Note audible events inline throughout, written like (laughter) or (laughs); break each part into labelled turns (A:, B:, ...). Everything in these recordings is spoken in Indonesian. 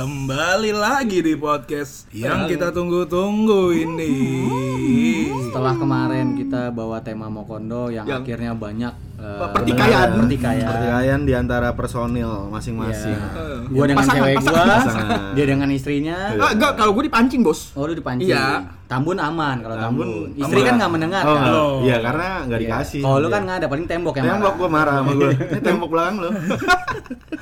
A: kembali lagi di podcast yang kita tunggu-tunggu ini.
B: Setelah kemarin kita bawa tema Mokondo yang, akhirnya banyak eh,
C: Pertikaian.
B: pertikaian.
D: Pertikaian di antara personil masing-masing.
B: Gue dengan
C: Pasangan,
B: cewek gue,
D: pasangan.
B: dia dengan istrinya.
C: Ah, enggak, kalau gue dipancing, Bos.
B: Oh lu dipancing.
A: Iya.
B: Tambun aman kalau Tambun.
D: Tambun.
B: Istri
D: Tambun.
B: kan nggak mendengar
D: Oh,
B: kan.
D: nggak. Iya, karena nggak dikasih.
B: Kalau lu
D: Iya.
B: kan nggak ada paling tembok yang
D: tembok
B: marah.
D: gue marah sama gue. Ini tembok belakang lo.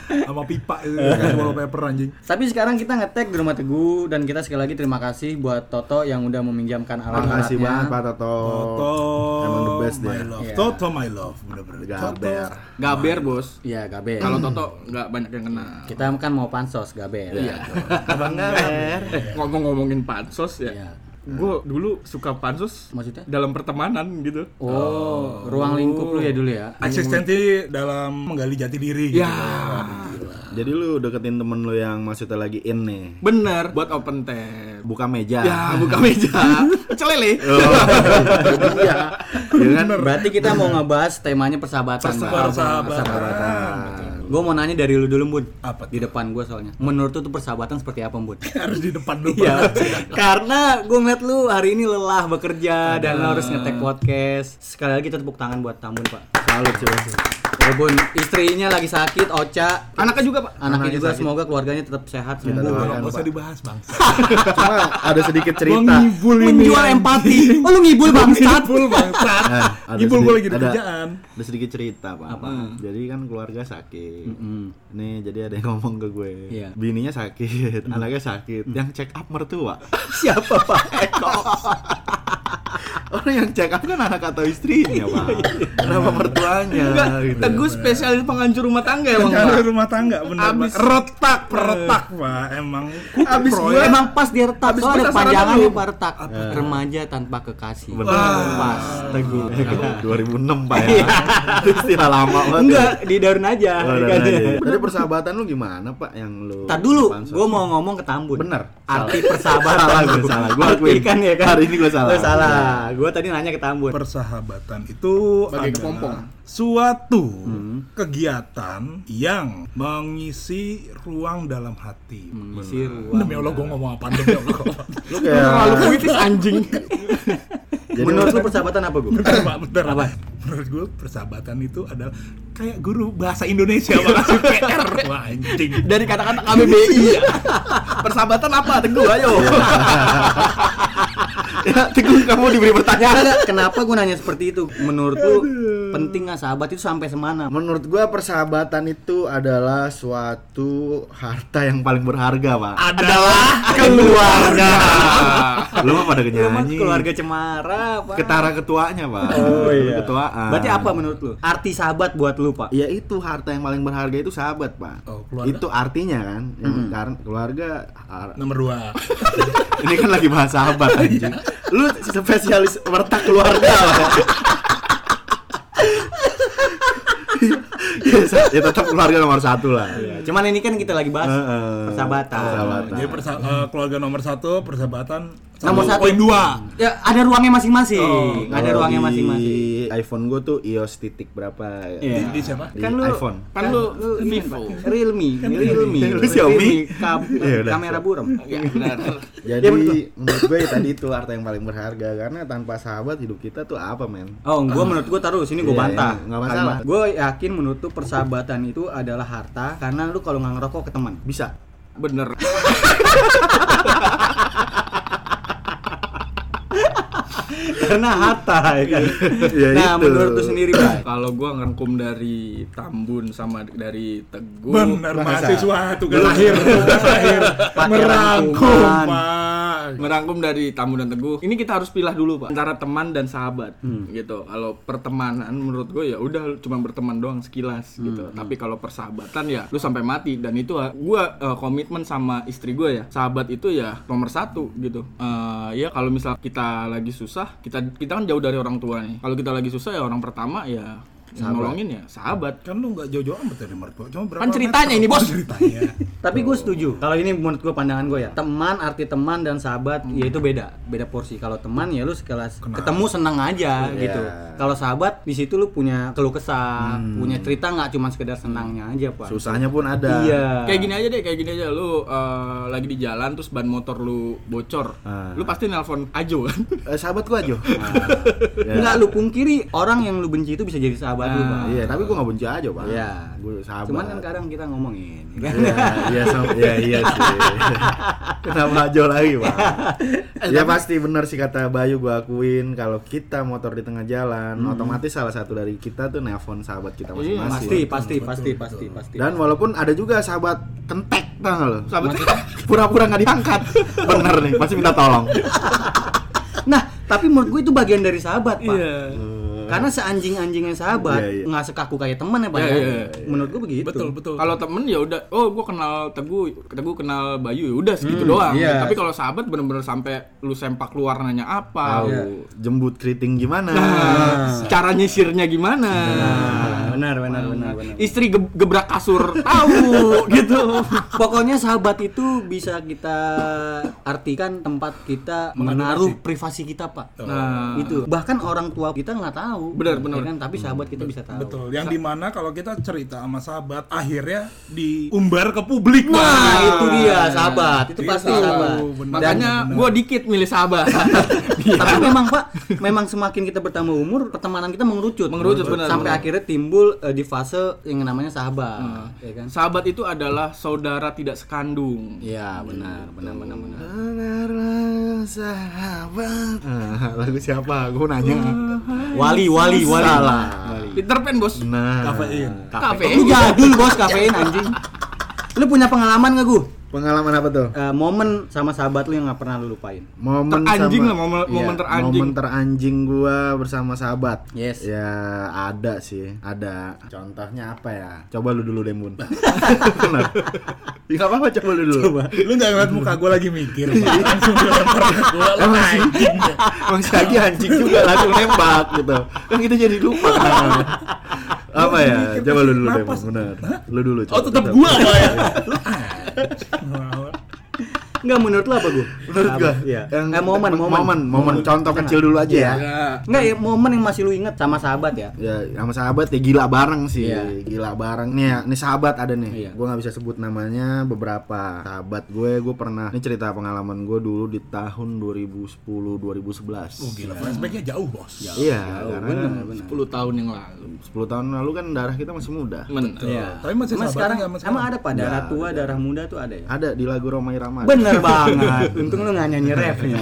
A: Sama pipa itu kan wallpaper anjing.
B: Tapi sekarang kita ngetek di rumah Teguh dan kita sekali lagi terima kasih buat Toto yang udah meminjamkan alat
D: Makasih banget Pak Toto.
A: Toto,
D: Oh, Emang the best
A: my
D: dia.
A: love.
B: Iya.
A: Toto, my love. Bener-bener.
D: Gaber.
C: Gaber, Bos.
B: Iya, Gabe.
C: Kalau Toto nggak banyak yang kenal.
B: kita kan mau pansos Gabe. Iya.
D: Iya, Abang Gaber.
C: Ngomong-ngomongin pansos ya.
B: Iya.
C: Gue dulu suka pansos
B: Maksudnya?
C: dalam pertemanan gitu.
B: Oh, ruang lingkup lu ya dulu
D: (laughs)
B: ya.
A: Eksistensi dalam menggali jati diri. gitu.
C: Ya,
D: Jadi lu deketin temen lu yang maksudnya lagi in nih.
C: bener buat open tab.
D: Buka meja.
C: Ya, buka meja. Celele.
B: Iya.
D: Iya kan?
B: Berarti kita mau ngebahas temanya persahabatan.
A: Persahabatan.
B: Gue mau nanya dari lu dulu, Bun.
A: Apa tuh?
B: Di depan gue soalnya. Menurut lu tuh persahabatan seperti apa, Bun?
A: (laughs) Harus di depan dulu.
B: Iya. (laughs) Karena gue ngeliat lu hari ini lelah bekerja dan lu harus ngetek podcast. Sekali lagi kita tepuk tangan buat Tambun, Pak.
D: Salut sih. Bos.
B: Ya, Bun, istrinya lagi sakit, Oca.
C: Anaknya juga, Pak.
B: Anaknya juga semoga keluarganya tetap sehat
D: Kita
B: sembuh.
D: doakan,
A: Nggak usah
D: Pak.
A: dibahas bang.
D: Cuma ada sedikit cerita.
B: Menjual empati. Oh, lu ngibul bangsat.
A: Full bangsat.
B: (laughs)
D: Eh, ada
A: Ibu gue
D: sedikit-
A: lagi di
D: ada-
A: kerjaan.
D: Ada sedikit cerita, Pak. Jadi kan keluarga sakit. Nih, jadi ada yang ngomong ke gue.
B: Iya. Mm.
D: Bininya sakit, anaknya sakit. Yang check up mertua. (laughs)
B: Siapa, Pak?
D: Orang yang check up kan anak atau istrinya, Pak.
B: Iya.
D: Kenapa mertuanya?
C: Enggak,
D: gitu.
C: Teguh spesialis penghancur rumah tangga emang,
A: Kerjaan
C: Pak.
A: rumah tangga bener
C: Abis-
A: Pak. retak Iya, retak pak emang
C: Abis
A: Proyek.
D: ya.
C: gue
B: Emang pas dia retak,
C: Habis
B: soalnya ada
C: kita saran
B: panjangannya
C: dulu.
B: Pak retak Remaja tanpa kekasih
D: Bener.
B: Pas
D: Teguh.
B: Iya.
D: 2006, Pak ya. (laughs) Itu istilah lama banget.
B: Enggak, di daun aja Kan
D: Oh, udah, udah, udah. Tadi persahabatan lu gimana, Pak? Yang lu
B: Ntar dulu,
D: pansos?
B: gue mau ngomong ke Tambun
D: Bener.
B: Arti persahabatan
D: Salah, gua salah. Gua
B: Arti
D: akuin.
B: kan ya kan
D: Hari ini gua salah. Iya.
B: Gua salah, gue tadi nanya ke Tambun
A: persahabatan itu adalah
C: Bagai kepompong.
A: suatu kegiatan yang mengisi ruang dalam hati
B: Mengisi ruang.
A: demi allah gue ngomong apa demi allah gua ngomong apaan.
D: lu kayak
C: Terlalu puitis anjing.
D: Iya. Jadi
B: Menurut lu persahabatan apa gue?
A: (laughs) bentar pak bentar apa menurut gue persahabatan itu adalah kayak guru bahasa Indonesia Pak. kasih PR wah anjing
C: Dari kata-kata KBBI ya. Persahabatan apa, Teguh? Ayo.
B: Iya.
D: ya, Teguh kamu diberi pertanyaan.
B: Nggak, nggak. Kenapa gue nanya seperti itu? Menurut lu penting nggak sahabat itu sampai semana?
D: Nah, Menurut gua persahabatan itu adalah suatu harta yang paling berharga, Pak.
A: adalah
D: keluarga. (laughs) Lu mah pada
B: Emang
D: nyanyi.
B: Iya, keluarga cemara apa?
D: ketara ketuanya, Pak.
B: Oh,
D: Lu
B: iya.
D: Ketuaan.
B: Berarti apa menurut lu? Arti sahabat buat lu, Pak?
D: Ya itu harta yang paling berharga itu sahabat, Pak.
A: Oh, keluarga?
D: Itu artinya kan, yang
B: Hmm.
D: kar- keluarga har- (laughs)
A: nomor dua
D: ini kan lagi bahas sahabat anjing. Lu spesialis mertak keluarga. Pak. (laughs) ya, sa- ya tetap keluarga nomor satu lah.
B: Cuman ini kan kita lagi bahas
D: Heeh.
B: persahabatan.
D: Eh, Persahabatan.
A: jadi persa- eh, keluarga nomor satu persahabatan
B: Nomor satu.
A: poin dua
B: Ya, ada ruangnya masing-masing. ada
D: Kalau
B: ruangnya
D: di
B: masing-masing.
D: iPhone gue tuh iOS titik berapa?
B: Iya.
A: di siapa
D: Di
B: Kan lu-
D: iPhone.
C: Kan lu Vivo.
B: Realme, Realme,
D: Lu Xiaomi?
B: Kam-
D: Iya, udah.
B: kamera buram.
C: Ya, benar.
B: Iya,
D: Jadi menurut gue ya tadi itu harta yang paling berharga karena tanpa sahabat hidup kita tuh apa men?
B: Oh, gua menurut gua taruh sini gua
D: Ah. Iya,
B: bantah.
D: iya, nggak masalah.
B: Gua yakin menurut tuh persahabatan itu adalah harta karena lu kalau nggak ngerokok ke teman.
D: Bisa.
C: Bener.
B: karena harta ya kan.
D: (laughs) Ya,
B: nah,
D: itu.
B: menurut lu sendiri, Pak.
C: Kalau gua ngerangkum dari Tambun sama dari Teguh.
A: Benar
D: bahasa.
A: mahasiswa tugas akhir, tugas akhir.
B: Pakai
A: Merangkum,
B: rangkuman.
A: Pak.
C: Merangkum dari Tambun dan Teguh. Ini kita harus pilah dulu, Pak. Antara teman dan sahabat gitu. Kalau pertemanan menurut gue ya udah cuma berteman doang sekilas gitu. Tapi kalau persahabatan ya lu sampai mati dan itu ah, gua eh, komitmen sama istri gue ya. Sahabat itu ya nomor satu gitu. Eh, ya kalau misal kita lagi susah, kita kita kan jauh dari orang tua nih. Kalau kita lagi susah ya orang pertama ya Yang nolongin ya sahabat.
A: Kan lu nggak jauh-jauh amat dari mertua. Cuma berapa
C: Kan
A: meter?
C: ceritanya
A: Oh,
C: ini, Bos.
A: Ceritanya.
B: Tapi gue setuju. Kalau ini menurut gue pandangan gue ya. Teman arti teman dan sahabat
D: Hmm.
B: yaitu beda, beda porsi. Kalau teman ya lu sekelas
A: Kenal.
B: ketemu seneng aja
D: Iya.
B: gitu. Kalau sahabat di situ lu punya keluh kesah,
D: Hmm.
B: punya cerita nggak cuma sekedar senangnya aja, Pak.
D: Susahnya pun ada.
B: Iya.
C: Kayak gini aja deh, kayak gini aja lu eh, lagi di jalan terus ban motor lu bocor.
D: Ah.
C: Lu pasti nelpon Ajo kan?
D: Eh, sahabat gua
B: (laughs)
D: aja. Ya.
B: Enggak lu pungkiri orang yang lu benci itu bisa jadi sahabat lu, Pak.
D: Iya, tapi gua nggak benci aja, Pak.
B: Iya.
D: Gua sahabat.
B: Cuman kan kadang kita ngomongin. kan?
D: Iya, iya, sama- iya, iya (laughs) sih. Kenapa aja lagi, Pak? ya pasti benar sih kata Bayu gua akuin kalau kita motor di tengah jalan, otomatis salah satu dari kita tuh nelpon sahabat kita
C: Iya,
D: masing-masing.
B: Pasti, pasti,
A: betul,
B: pasti,
A: betul.
B: pasti, pasti.
D: Dan walaupun ada juga sahabat kentek tau nggak lo?
C: Sahabat
D: (laughs) Pura-pura nggak diangkat. Bener nih, pasti minta tolong.
B: Nah, tapi menurut gue itu bagian dari sahabat, Pak.
C: Iya.
B: Karena seanjing-anjingnya sahabat
D: Iya, iya.
B: nggak sekaku kayak teman ya, Pak.
C: Iya,
B: ya?
C: iya, iya.
B: Menurut gue begitu.
A: Betul, betul.
C: Kalau temen ya udah, oh gue kenal Teguh, Teguh kenal Bayu, ya udah segitu
A: Hmm,
C: doang.
B: iya.
C: Tapi kalau sahabat bener-bener sampai lu sempak keluar nanya apa,
D: Tahu jembut keriting gimana?
C: Nah,
A: Iya.
C: (laughs) cara nyisirnya gimana,
B: Nah, benar, benar, benar, benar.
C: istri ge- gebrak
A: (laughs)
C: kasur tahu gitu.
B: (laughs) Pokoknya sahabat itu bisa kita artikan tempat kita menaruh privasi kita, Pak.
C: Nah,
B: Itu. Bahkan orang tua kita nggak tahu.
C: Benar, benar.
B: ya kan? Tapi sahabat kita bisa tahu.
A: Betul. Yang dimana kalau kita cerita sama sahabat, akhirnya diumbar ke publik.
B: Nah,
A: Bang.
B: itu dia sahabat. Itu
A: Iya,
B: pasti
A: tahu.
B: sahabat.
A: Benar.
C: makanya
A: benar.
C: gue dikit milih sahabat. (laughs)
B: Tapi memang Pak, memang semakin kita bertambah umur, pertemanan kita mengerucut.
C: Mengerucut, benar,
B: Sampai
C: benar.
B: akhirnya timbul eh, di fase yang namanya sahabat, ya kan?
C: sahabat itu adalah saudara tidak sekandung.
B: Iya, benar, benar, benar, benar.
D: Saudara sahabat. Ah, lagu siapa? Gue nanya.
B: Wali, wali, wali.
D: Salah.
C: Peter Pan bos.
D: Nah,
A: Kafein.
B: Lu
C: iya. Kafe.
B: jadul bos kafein anjing. Lu punya pengalaman gak gue?
D: pengalaman apa tuh?
B: momen sama sahabat lu yang gak pernah lu lupain.
D: Momen
C: Teranjing
D: sama,
C: lah, momen-
D: Iya,
C: momen teranjing.
D: Momen teranjing gua bersama sahabat.
B: Yes.
D: Ya ada sih, ada. Contohnya apa ya? Coba lu dulu deh, Bun.
C: (laughs)
D: Bener. Ya, nggak apa-apa coba lu dulu. Coba.
A: Lu nggak ngeliat muka gue lagi mikir. Pak. Langsung lempar ke gua, lu anjing deh.
D: Emang si Agi anjing juga langsung nembak gitu. Kan kita jadi lupa. apa ya?
A: Mikir,
D: Coba lu dulu deh,
A: napas.
D: Bun. Bener. Lu dulu.
A: Oh
D: coba.
A: tetap gua kalau ya. kan?
B: Enggak menurut lu apa gue?
D: Menurut gua.
B: Iya.
D: yang
B: Eh, momen, momen.
D: momen, momen. Contoh kecil dulu aja ya.
C: Iya.
B: Enggak ya, momen yang masih lu inget sama sahabat ya.
D: ya sama sahabat ya gila bareng sih
B: Iya.
D: gila bareng nih ya nih sahabat ada nih
B: Iya.
D: gue nggak bisa sebut namanya beberapa sahabat gue gue pernah ini cerita pengalaman gue dulu di tahun 2010 2011
A: Oh gila, flashbacknya jauh bos.
D: iya
B: Oh,
D: karena
B: benar, benar.
C: 10 tahun yang lalu.
D: 10 tahun lalu kan darah kita masih muda
C: Men.
A: Betul.
B: Iya.
A: Tapi masih
B: Emang
A: sahabatan
B: sekarang,
A: nggak sama
B: emang
A: sekarang?
B: ada pak darah tua, darah muda tuh ada ya.
D: ada di lagu Romai Rama
B: (laughs) Bener banget. Untung lu nggak nyanyi (laughs) rapnya.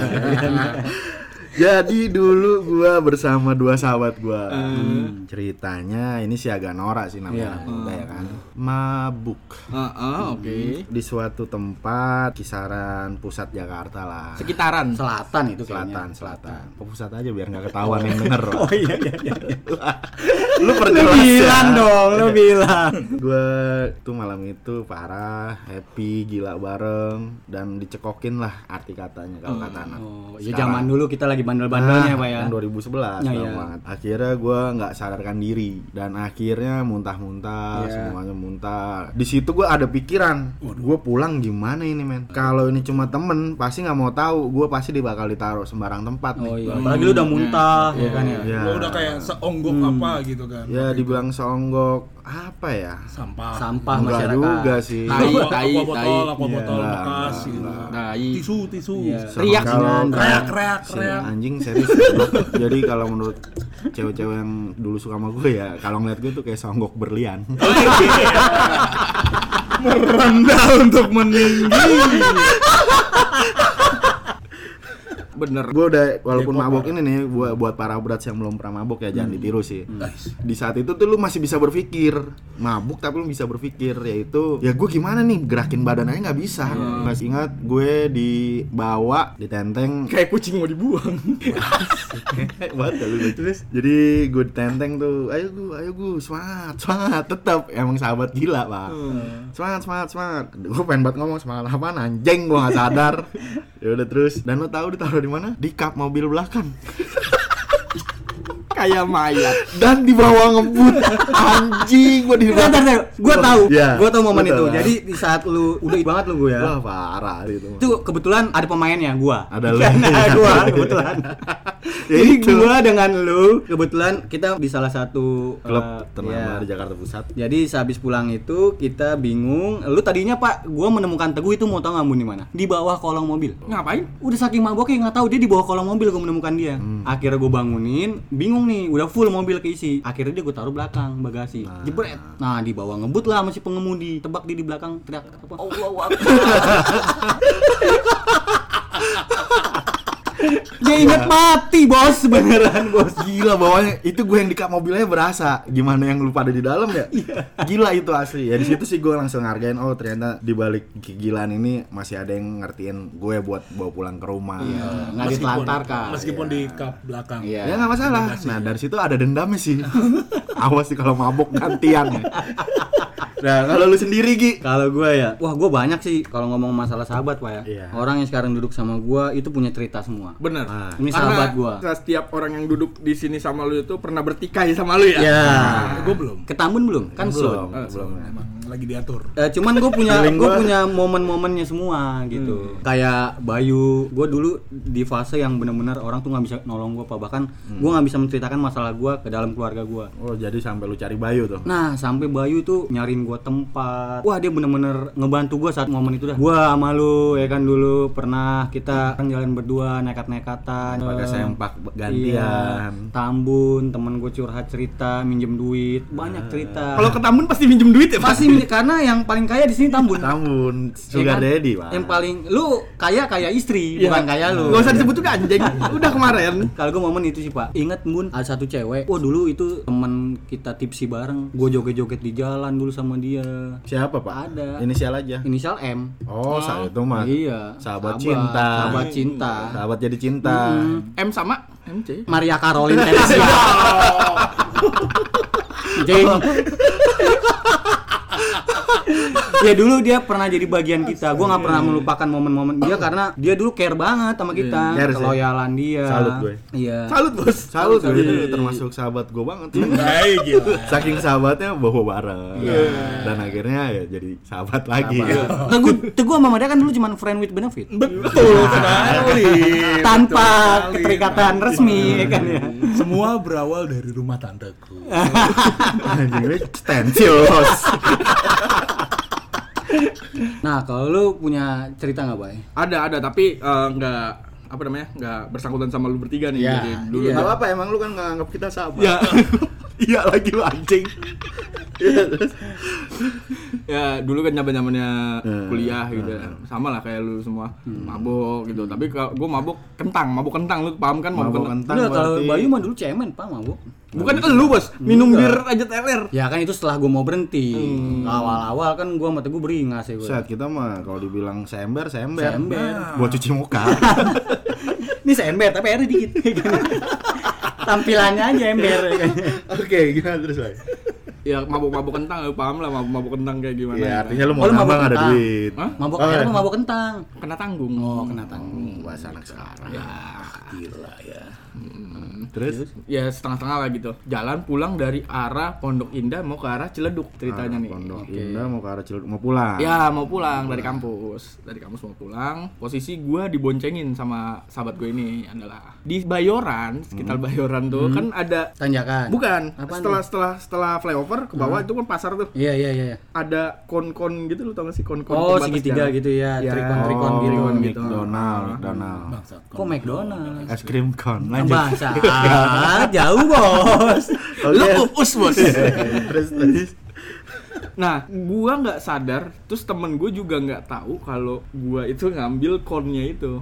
D: Jadi dulu gua bersama dua sahabat gua.
B: Eh.
D: Hmm, Ceritanya ini si agak norak sih
B: Iya.
D: namanya. anak muda ya
B: Hmm.
D: kan. Mabuk
C: Ah, ah,
A: Hmm.
C: oke.
D: di suatu tempat kisaran pusat Jakarta lah.
C: Sekitaran.
B: Selatan itu kayaknya.
D: selatan selatan pusat aja biar nggak ketahuan yang
B: (laughs)
D: denger
B: Oh iya iya iya.
D: lu
B: (laughs) Lu
D: perjelas ya
B: bilang dong, (laughs) lu bilang.
D: gue tuh malam itu parah happy gila bareng dan dicekokin lah arti katanya kalau kata anak
B: Oh, ya zaman dulu kita lagi bandel-bandelnya
D: Nah,
B: pak ya.
D: yang 2011
B: Ya,
D: bang
B: iya.
D: Mat. akhirnya gue nggak sadarkan diri dan akhirnya
B: Iya.
D: muntah-muntah semuanya muntah di situ gue ada pikiran gue pulang gimana ini men kalau ini cuma temen pasti nggak mau tahu gue pasti di- bakal ditaruh sembarang tempat nih.
B: Oh iya, apalagi lu udah muntah ya kan ya.
D: Ya.
A: Lu udah kayak seonggok apa gitu kan.
D: Ya dibilang songgok apa ya?
A: Sampah.
B: Sampah
D: Enggak
B: masyarakat.
D: juga sih.
C: Tai,
A: Aqua-
C: tai,
A: aqua botol,
C: tai.
A: aqua botol
D: Iya,
A: bekas
D: enggak,
A: gitu.
D: enggak.
C: Tai.
A: Tisu, tisu.
B: Iya.
C: Teriak
D: Kalau
B: Sinan.
A: Reak, reak,
D: Si
A: reak.
D: anjing serius. goblok. Jadi kalau menurut cewek-cewek yang dulu suka sama gue ya, kalau ngeliat gue tuh kayak songgok berlian.
A: Merendah untuk meninggi.
C: Bener.
D: gue udah walaupun
A: Depok,
D: mabok ini nih buat buat para berat yang belum pernah mabok ya jangan ditiru sih. Di saat itu tuh lu masih bisa berpikir mabuk tapi lu bisa berpikir yaitu ya gue gimana nih gerakin badan aja nggak bisa. Masih ingat gue dibawa ditenteng
C: Kayak kucing mau dibuang.
D: banget gak lu? jadi gue ditenteng tuh ayo gue ayo gue semangat semangat tetap emang sahabat gila pak semangat semangat semangat gue pengen banget ngomong semangat apa anjing gue gak (laughs) sadar ya udah terus dan lo tahu ditaruh di mana di kap mobil belakang
C: kayak mayat.
D: dan di bawah ngebut (laughs) anjing gua di
B: Bentar, bentar, gue tahu,
D: Iya.
B: gue tahu momen
D: Lu
B: itu.
D: tahu.
B: Jadi di saat lu udah banget lu gue ya.
D: wah parah itu
B: Itu kebetulan ada pemainnya gua.
D: Ada lu.
B: (laughs) Karena
D: (laughs)
B: gua kebetulan.
D: Ya
B: Jadi
D: itu.
B: gua dengan lu kebetulan kita di salah satu
D: klub
B: eh, ya.
D: ternama di Jakarta Pusat
B: Jadi sehabis pulang itu kita bingung. Lu tadinya Pak, gua menemukan Teguh itu mau tau nggak Bun, di mana? Di bawah kolong mobil.
C: Ngapain?
B: Udah saking maboknya nggak tahu dia di bawah kolong mobil gua menemukan dia. Akhirnya gua bangunin, bingung nih, udah full mobil keisi. Akhirnya dia gua taruh belakang bagasi. Jebret. Nah, di bawah ngebut lah masih pengemudi. Tebak dia di belakang teriak apa? Allahu Akbar. (laughs) dia inget mati, Bos, beneran, Bos.
D: gila bawahnya itu gue yang di kap mobilnya berasa gimana yang lu pada di dalam ya
B: Iya.
D: gila itu asli ya di situ sih gue langsung hargain oh ternyata di balik kegilaan ini masih ada yang ngertiin gue buat bawa pulang ke rumah
B: Ya, Nggak ditelantarkan.
A: meskipun di kap belakang
B: Iya.
D: ya nggak masalah nah dari situ ada dendamnya sih (laughs) awas sih kalau mabok gantian ya. nah kalau lu sendiri Gi
B: Iya. Kalau gue ya, wah gue banyak sih kalau ngomong masalah sahabat pak ya.
D: Iya.
B: Orang yang sekarang duduk sama gue itu punya cerita semua.
C: Bener.
B: Ini sahabat gue.
C: Karena Setiap orang yang duduk di sini sama lu itu pernah bertikai sama lu ya.
B: Ya.
A: gue belum
B: Ketamun belum? Kan belum.
D: belum belum
A: emang lagi diatur
B: Eh, cuman gue punya
D: Feeling
B: gue
D: gua.
B: punya momen-momennya semua gitu. Kayak Bayu, gue dulu di fase yang benar-benar orang tuh nggak bisa nolong gue pak. Bahkan gue nggak bisa menceritakan masalah gue ke dalam keluarga gue.
D: oh jadi sampai lu cari Bayu tuh
B: Nah, sampai Bayu tuh nyariin gua tempat. Wah, dia bener-bener ngebantu gua saat momen itu dah. Gua sama lu ya kan dulu pernah kita kan jalan berdua nekat-nekatan. Eh,
D: pakai sempak
B: iya.
D: gantian
B: Tambun, temen gue curhat cerita, minjem duit, banyak cerita.
C: Kalau ke Tambun pasti minjem duit ya, Pak.
B: pasti minjem- karena yang paling kaya di sini Tambun.
D: Tambun
B: Ya
D: sugar
B: kan?
D: daddy pak Iya.
B: Yang paling lu kaya kaya istri, bukan kaya lu.
C: Gak usah disebut juga anjing. Udah kemarin.
B: Kalau gue momen itu sih pak Ingat bun ada satu cewek Wah dulu itu temen kita tipsi bareng Gue joget-joget di jalan dulu sama dia
D: siapa pak
B: Ada.
D: inisial aja
B: Inisial M
D: Oh, saya itu mah.
B: Iya.
D: Sahabat cinta.
B: Sahabat cinta.
D: Sahabat jadi cinta.
C: M sama MC.
B: Maria Caroline
D: (laughs)
B: Tensi.
D: Iya.
B: Jeng. ya dulu dia pernah jadi bagian kita. Gua nggak pernah melupakan momen-momen dia karena dia dulu care banget sama kita,
D: Iya, Care sih.
B: keloyalan dia.
D: Salut gue.
B: Iya.
C: Salut, Bos.
D: Salut Iya. gue itu termasuk sahabat gue banget.
A: Hai, gila
D: (laughs) Saking sahabatnya bawa bareng. Dan akhirnya ya jadi Iya. sahabat lagi.
B: Teguh, Teguh sama Mada kan dulu cuman friend with benefit.
D: Iya,
A: betul sekali
B: Tanpa
A: Betul sekali.
B: keterikatan
D: Nah,
B: resmi
D: iya,
B: ya kan ya.
A: semua berawal dari rumah tandaku
D: (laughs) Anjing gue stensil. Bos.
B: Nah, kalau lu punya cerita nggak, Bay?
C: Ada, ada, tapi eh, nggak apa namanya? nggak bersangkutan sama lu bertiga nih.
B: Iya,
C: Jadi dulu
B: iya.
D: Gak apa-apa emang lu kan nggak anggap kita sahabat.
C: (laughs) Ya.
D: Iya lagi lu anjing. Iya, terus.
C: ya dulu kan zaman zamannya
B: Iya.
D: Hmm.
C: kuliah gitu sama lah kayak lu semua
B: Hmm.
C: mabok gitu tapi kalau gue mabok kentang mabok kentang lu paham kan mabok,
D: Mabok
C: kentang,
D: kentang
B: Enggak, kalau
D: berarti.
B: Bayu mah dulu cemen, Pak, mabuk.
C: bukan elu bos minum bir aja teler
B: Ya kan itu setelah gue mau berhenti. Awal-awal kan gue sama Teguh beringas ya gue.
D: Hmm. Set kita mah kalau dibilang seember seember.
B: Seember.
D: Buat cuci muka.
B: Ini seember tapi airnya (laughs) dikit. Tampilannya aja ember. ya kan.
D: (laughs) Oke, gimana terus, Bay?
C: ya mabok mabok kentang lu paham lah mabok mabok kentang kayak gimana
D: Iya,
C: gitu.
D: artinya lu mau
B: Oh, lu mabok
D: nambah nggak ada
B: kentang.
D: duit.
C: Hah?
B: Mabok
D: Oh,
B: air
D: iya.
B: apa mabok kentang?
C: kena tanggung
B: Oh, kena tanggung.
D: Hmm, Bahasa anak sekarang. Hmm,
A: gila ya
D: Terus?
C: ya setengah-setengah lah gitu jalan pulang dari arah Pondok Indah mau ke arah Ciledug ceritanya nih
D: Pondok
C: Oke.
D: Indah mau ke arah Ciledug mau pulang.
C: Ya mau pulang dari kampus, dari kampus mau pulang. Posisi gua diboncengin sama sahabat gue ini adalah di Bayoran, sekitar Bayoran tuh kan ada
B: Tanjakan.
C: bukan
B: Apaan
C: setelah setelah setelah flyover ke bawah itu kan pasar tuh
B: Iya, iya, iya. iya.
C: ada kon-kon gitu lu tau gak sih kon-kon
B: Oh,
C: pembatas
B: segitiga
C: jalan.
B: gitu ya.
C: Ya.
B: Trikon-trikon
D: oh,
B: gitu.
D: gitu. McDonald, McDonald.
A: bangsat
B: Kok McDonald?
D: Es krim con. Lanjut.
B: Bahasa jauh, Bos.
D: Oke.
C: Lu pupus bos.
B: Iya.
D: terus terus.
C: nah, gua nggak sadar, terus temen gue juga nggak tahu kalau gua itu ngambil konnya itu,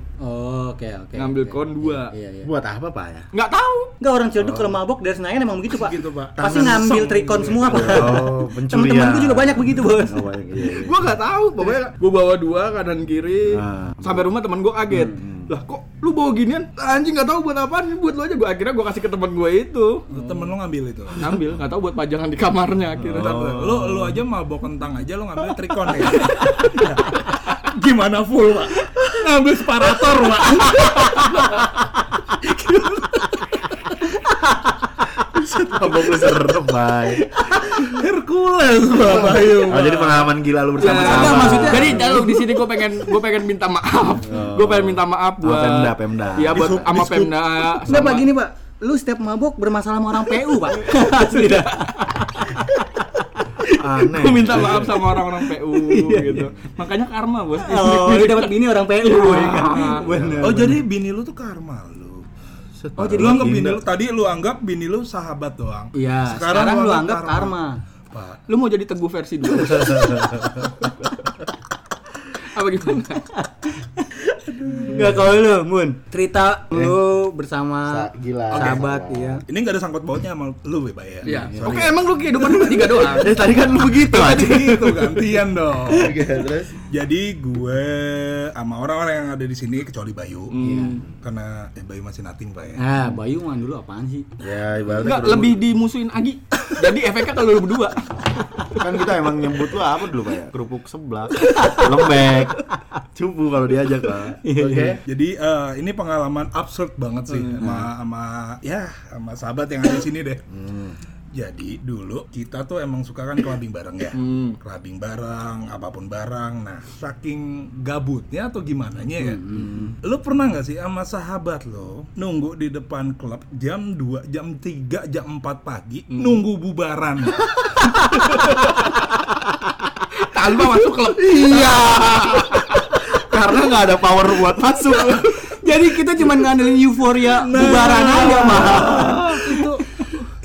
B: Oke, oke.
C: ngambil
B: oke.
C: kon dua.
B: Iya, iya. Oh.
D: Buat apa, Pak ya?
C: Nggak tahu.
B: Enggak orang Ciledug kalau mabok dari Senayan emang begitu, Pak.
A: Gitu, Pak.
B: Pasti
A: Tangan
B: ngambil
A: song.
B: trikon semua, Pak.
D: Oh, pencurian.
B: Teman-teman gue juga banyak begitu, Bos.
D: Oh, banyak. Iya, iya.
C: gua nggak tahu pokoknya gua bawa dua kanan kiri
D: Ah. Hmm,
C: sampai rumah teman gua kaget lah kok lu bawa ginian anjing nggak tahu buat apaan ini buat lu aja gua akhirnya gua kasih ke teman gua itu
A: temen lo ngambil itu
C: ambil nggak tahu buat pajangan di kamarnya akhirnya
D: Oh.
A: lo lo aja mabok kentang aja lo ngambil trikon ya gimana full pak ngambil separator pak
D: Mabok lu serem, Bay.
A: Hercules Pak
B: Iya.
A: Bayu.
D: Oh, jadi pengalaman gila lu
C: Enggak,
D: bersama-sama.
C: maksudnya jadi dalam di sini gue pengen gue pengen minta maaf gue pengen minta maaf
D: Sama
C: buat
D: Pemda, Pemda.
C: Iya, buat
A: Diskup,
C: sama
A: diskup.
C: pemda
B: Enggak
C: sama-
B: pak gini pak, lu setiap mabok bermasalah sama orang PU pak. (laughs) Tidak.
D: aneh.
C: Gua minta maaf sama orang-orang PU gitu makanya karma bos
B: Oh, lu dapat bini orang PU. ya kan? Bener.
A: Oh jadi bini lu tuh karma lu.
D: Oh,
A: Jadi lu anggap bini lu tadi lu anggap bini lu sahabat doang.
B: Iya. Sekarang lu anggap karma.
A: Pak.
C: lu mau jadi teguh versi dua apa gimana
B: Enggak kalau lu, Mun. Iya. Eh. Cerita lu bersama
D: Sa- gila.
B: sahabat iya.
A: Ini nggak ada sangkut pautnya sama lu, Pak ya.
C: ya
A: Sorry.
C: oke emang lu kehidupan lu bertiga doang
D: Eh, tadi kan lu begitu aja.
A: Itu gitu, gantian dong.
D: Terus
A: Jadi gue sama orang-orang yang ada di sini kecuali Bayu.
C: Iya.
B: Hmm.
A: Karena eh, Bayu masih nating, Pak ya.
B: Nah, Bayu mah dulu apaan sih?
D: ya ibaratnya
C: Enggak,
D: kalau
C: lebih dimusuhin Agi jadi efeknya kalau lu berdua
D: kan kita emang nyebut lu apa dulu pak ya kerupuk seblak lembek cupu kalau diajak lah oke
A: Jadi eh, ini pengalaman absurd banget sih sama sama ya sama sahabat yang ada di sini deh. Jadi dulu kita tuh emang suka kan clubbing bareng ya. Clubbing bareng, apapun bareng. Nah, saking gabutnya atau gimana ya. Lo pernah nggak sih sama sahabat lo nunggu di depan klub jam 2, jam 3, jam 4 pagi nunggu bubaran.
B: Kan
C: tanpa masuk klub
B: (laughs)
D: iya karena nggak ada power buat masuk
B: (laughs) Jadi kita cuma ngandelin euforia bubaran aja mah.
A: itu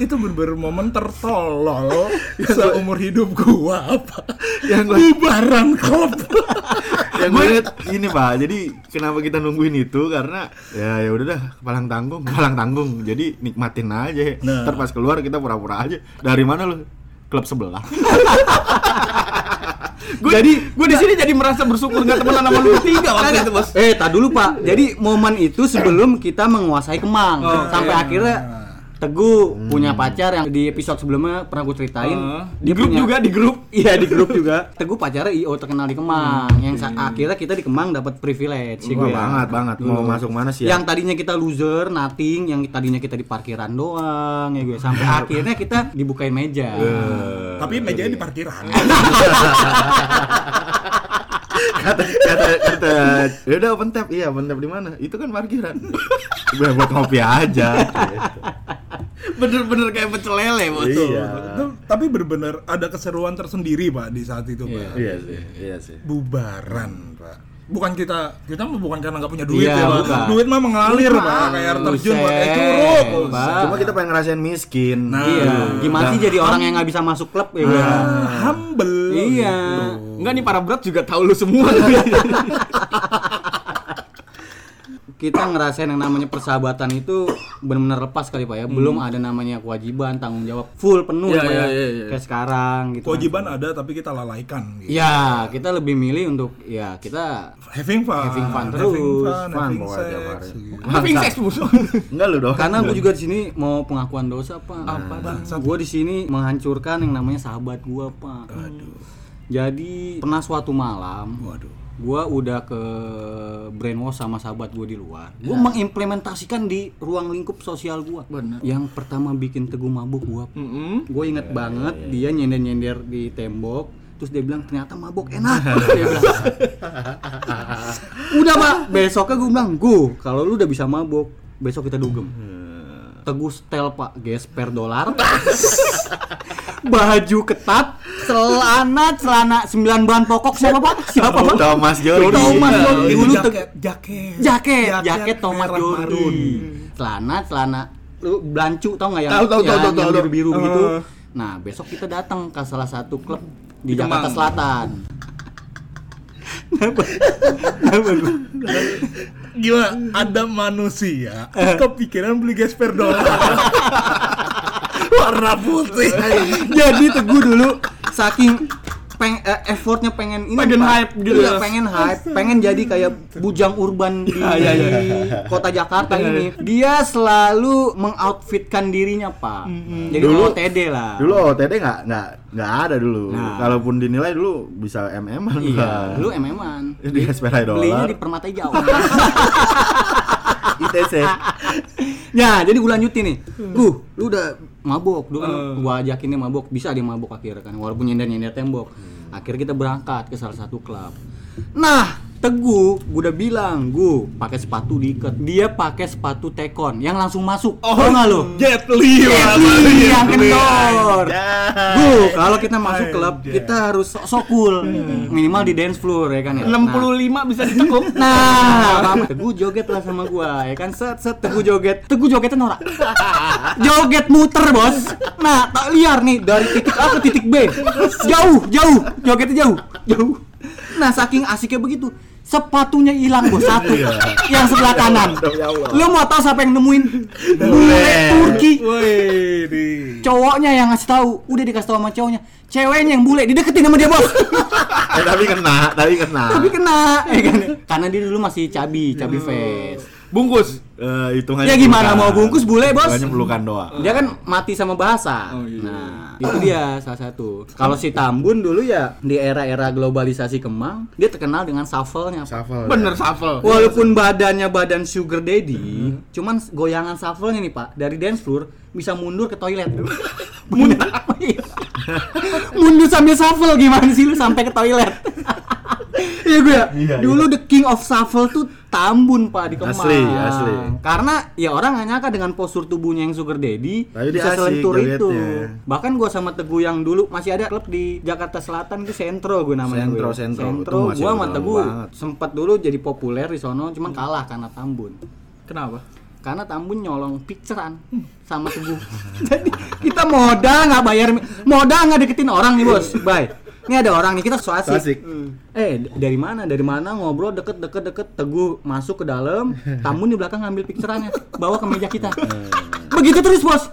A: itu bener-bener momen tertolol seumur hidup gua apa
D: Yang gua-
A: bubaran klub
D: yang gue inget ini pak jadi kenapa kita nungguin itu karena ya ya udah dah kepalang tanggung kepalang tanggung jadi nikmatin aja
A: Nah.
D: ntar pas keluar kita pura-pura aja dari mana lu klub sebelah
C: gue jadi gue di sini jadi merasa bersyukur nggak temenan sama lu bertiga waktu itu bos Iya.
B: Eh, tak dulu Pak. Jadi momen itu sebelum kita menguasai Kemang
C: Oh,
B: sampai
C: iya.
B: akhirnya Teguh
C: Hmm.
B: punya pacar yang di episode sebelumnya pernah gue ceritain.
C: Heeh.
B: Dia
C: Oh. Di grup
B: punya-
C: juga, di grup.
B: (laughs) Iya di grup
C: (laughs)
B: juga. Teguh pacarnya IO terkenal di Kemang.
C: Hmm.
B: Yang sa- akhirnya kita di Kemang dapat privilege. sih gua
D: Wah,
B: ya.
D: banget banget mau masuk mana sih ya?
B: Yang tadinya kita loser, nothing, yang tadinya kita di parkiran doang ya gue.
C: (laughs)
B: Sampai akhirnya kita dibukain meja.
C: Iya.
A: tapi mejanya di parkiran
D: kata kata kata ya udah open tap iya open tap di mana itu kan parkiran gue buat ngopi aja gitu.
C: bener-bener kayak pecel lele bos
D: iya
A: Itu- tapi bener-bener ada keseruan tersendiri pak di saat itu pak
D: iya sih iya sih
A: bubaran pak bukan kita kita mah bukan karena nggak punya duit
B: Iya,
A: ya pak
B: bukan.
A: duit mah mengalir
B: Bukan.
A: pak kayak air terjun pak kayak
B: Buset,
A: curug
B: Pak.
D: cuma kita pengen ngerasain miskin
A: Nah.
B: Iya. Gimana sih jadi orang yang nggak bisa masuk klub ya? gue?
C: Nah.
A: Ah, humble
B: Iya.
C: Enggak nih para berat juga tahu lu semua.
B: Kita ngerasain yang namanya persahabatan itu benar-benar lepas kali pak ya. Belum ada namanya kewajiban, tanggung jawab full penuh
C: Hmm. Iya,
B: Pak,
C: iya,
B: ya.
C: iya, iya.
B: Kayak sekarang gitu. kan.
A: kewajiban ada tapi kita lalaikan gitu.
B: Ya, kita lebih milih untuk ya kita
A: having fun
B: Having fun
A: having
B: terus,
A: fun,
D: fun
A: having
D: pokoknya tiap
A: sex
D: hari.
A: gitu.
C: Having sex musuh.
D: enggak lu dong
B: karena gue juga di sini mau pengakuan dosa Ah, pak. Apa Gue di sini menghancurkan yang namanya sahabat gue pak. Aduh. Jadi pernah suatu malam,
A: waduh
B: gue udah ke brainwash sama sahabat gue di luar. Gue mengimplementasikan di ruang lingkup sosial gue.
C: Bener.
B: Yang pertama bikin teguh mabuk gue.
C: Mm-mm.
B: Gue inget banget dia nyender-nyender di tembok. Terus dia bilang ternyata mabok (laughs) enak. Dia bilang. udah pak, besoknya gue bilang gue kalau lu udah bisa mabok besok kita dugem.
D: Hmm.
B: Teguh setel pak, gesper dolar. (laughs) baju ketat, celana celana sembilan bahan pokok siapa pak? Siapa pak?
D: Thomas Jordi
B: Thomas
A: Iya,
B: Jordi.
A: itu
B: Dulu
A: jaket,
B: tuh-
A: jaket Hmm.
B: jaket, jaket Thomas
A: merah
B: Jordi.
A: marun.
B: Celana celana lu belancu tau nggak yang
D: Tahu, tahu,
B: yang,
D: tahu, tahu,
B: yang
D: tahu.
B: biru-biru
D: Eh.
B: gitu. Nah, besok kita datang ke salah satu klub di Jakarta
C: Kemang.
B: Selatan.
A: Gila, ada manusia kepikiran beli gesper dolar. Warna putih.
B: Iya, (laughs) Jadi teguh dulu saking peng eh, effortnya pengen ini
C: Pengen
B: Pak.
C: hype gitu
B: Iya,
C: ya.
B: pengen hype pengen jadi kayak bujang urban
C: (laughs)
B: di,
C: Iya,
B: di kota Jakarta ini dia selalu mengoutfitkan dirinya pak jadi
D: Dulu-
B: OTD lah
D: dulu OTD nggak nggak nggak ada dulu
B: Nah.
D: kalaupun dinilai dulu bisa MM an
B: iya dulu MM-an
D: di Esperai
B: belinya
D: dolar
B: di Permata Hijau (laughs)
D: ITC (laughs) Eh,
B: ya jadi gue lanjutin nih Guh, lu udah mabok dulu kan gua ajakinnya mabok bisa dia mabok akhirnya kan walaupun nyender nyender tembok akhirnya kita berangkat ke salah satu klub nah Teguh, gua udah bilang, gua pakai sepatu diikat. Dia pakai sepatu tekon yang langsung masuk. Oh, enggak lo?
A: Jet Li Bang.
B: Jet Li iya, kan? yang kendor. Bu, kalau kita masuk klub, kita harus sok cool. Minimal di dance floor ya kan ya.
C: 65 bisa ditekuk.
B: Nah, nah Teguh joget lah sama gua ya kan set set Teguh joget. Teguh jogetnya norak. (laughs) Joget muter, Bos. Nah, tak liar nih dari titik A ke titik B. Jauh, jauh. Jogetnya jauh, jauh. Nah, saking asiknya begitu, sepatunya hilang bos satu yang sebelah kanan lu mau tahu siapa yang nemuin bule Turki
A: Wih, di.
B: cowoknya yang ngasih tahu udah dikasih tahu sama cowoknya ceweknya yang bule dideketin sama dia bos
D: Eh, tapi kena, tapi kena.
B: tapi kena ya kan? karena dia dulu masih cabi cabi face
C: Bungkus.
D: Eh,
B: ya
D: hitungannya
B: gimana
D: pelukan.
B: mau bungkus bule bos
D: Hitungannya pelukan doang.
B: dia kan mati sama bahasa
C: Oh, iya.
B: nah itu dia salah satu kalau si Tambun dulu ya di era-era globalisasi Kemang dia terkenal dengan shuffle-nya
D: Shuffle.
C: Bener shuffle.
B: Walaupun badannya badan sugar daddy, cuman goyangan shuffle nih pak dari dance floor bisa mundur ke
D: (laughs)
B: toilet. mundur, Iya. mundur sambil shuffle gimana sih lu sampai ke
D: (laughs)
B: toilet? Iya gue ya. Dulu the king of shuffle tuh Tambun pak di Kemang.
D: Asli, asli.
B: Karena ya orang nggak nyangka dengan postur tubuhnya yang sugar daddy
D: Tapi dia
B: bisa
D: asik
B: selentur itu.
D: jogetnya.
B: Bahkan gue sama Teguh yang dulu masih ada klub di Jakarta Selatan itu Sentro gue namanya.
D: Sentro,
B: gue.
D: Sentro.
B: Sentro.
D: Itu masih
B: Gue sama
D: lama
B: Teguh
D: banget.
B: sempat dulu jadi populer di sono cuman kalah karena Tambun
C: Kenapa?
B: karena Tambun nyolong picturean
D: Hmm.
B: sama
D: (laughs)
B: Teguh jadi kita modal nggak bayar modal nggak deketin orang nih bos bye ini ada orang nih kita so asik,
D: Asik.
B: eh d- dari mana dari mana ngobrol deket deket deket Teguh masuk ke dalam Tambun di belakang ngambil pictureannya bawa ke meja
D: (laughs)
B: kita begitu terus bos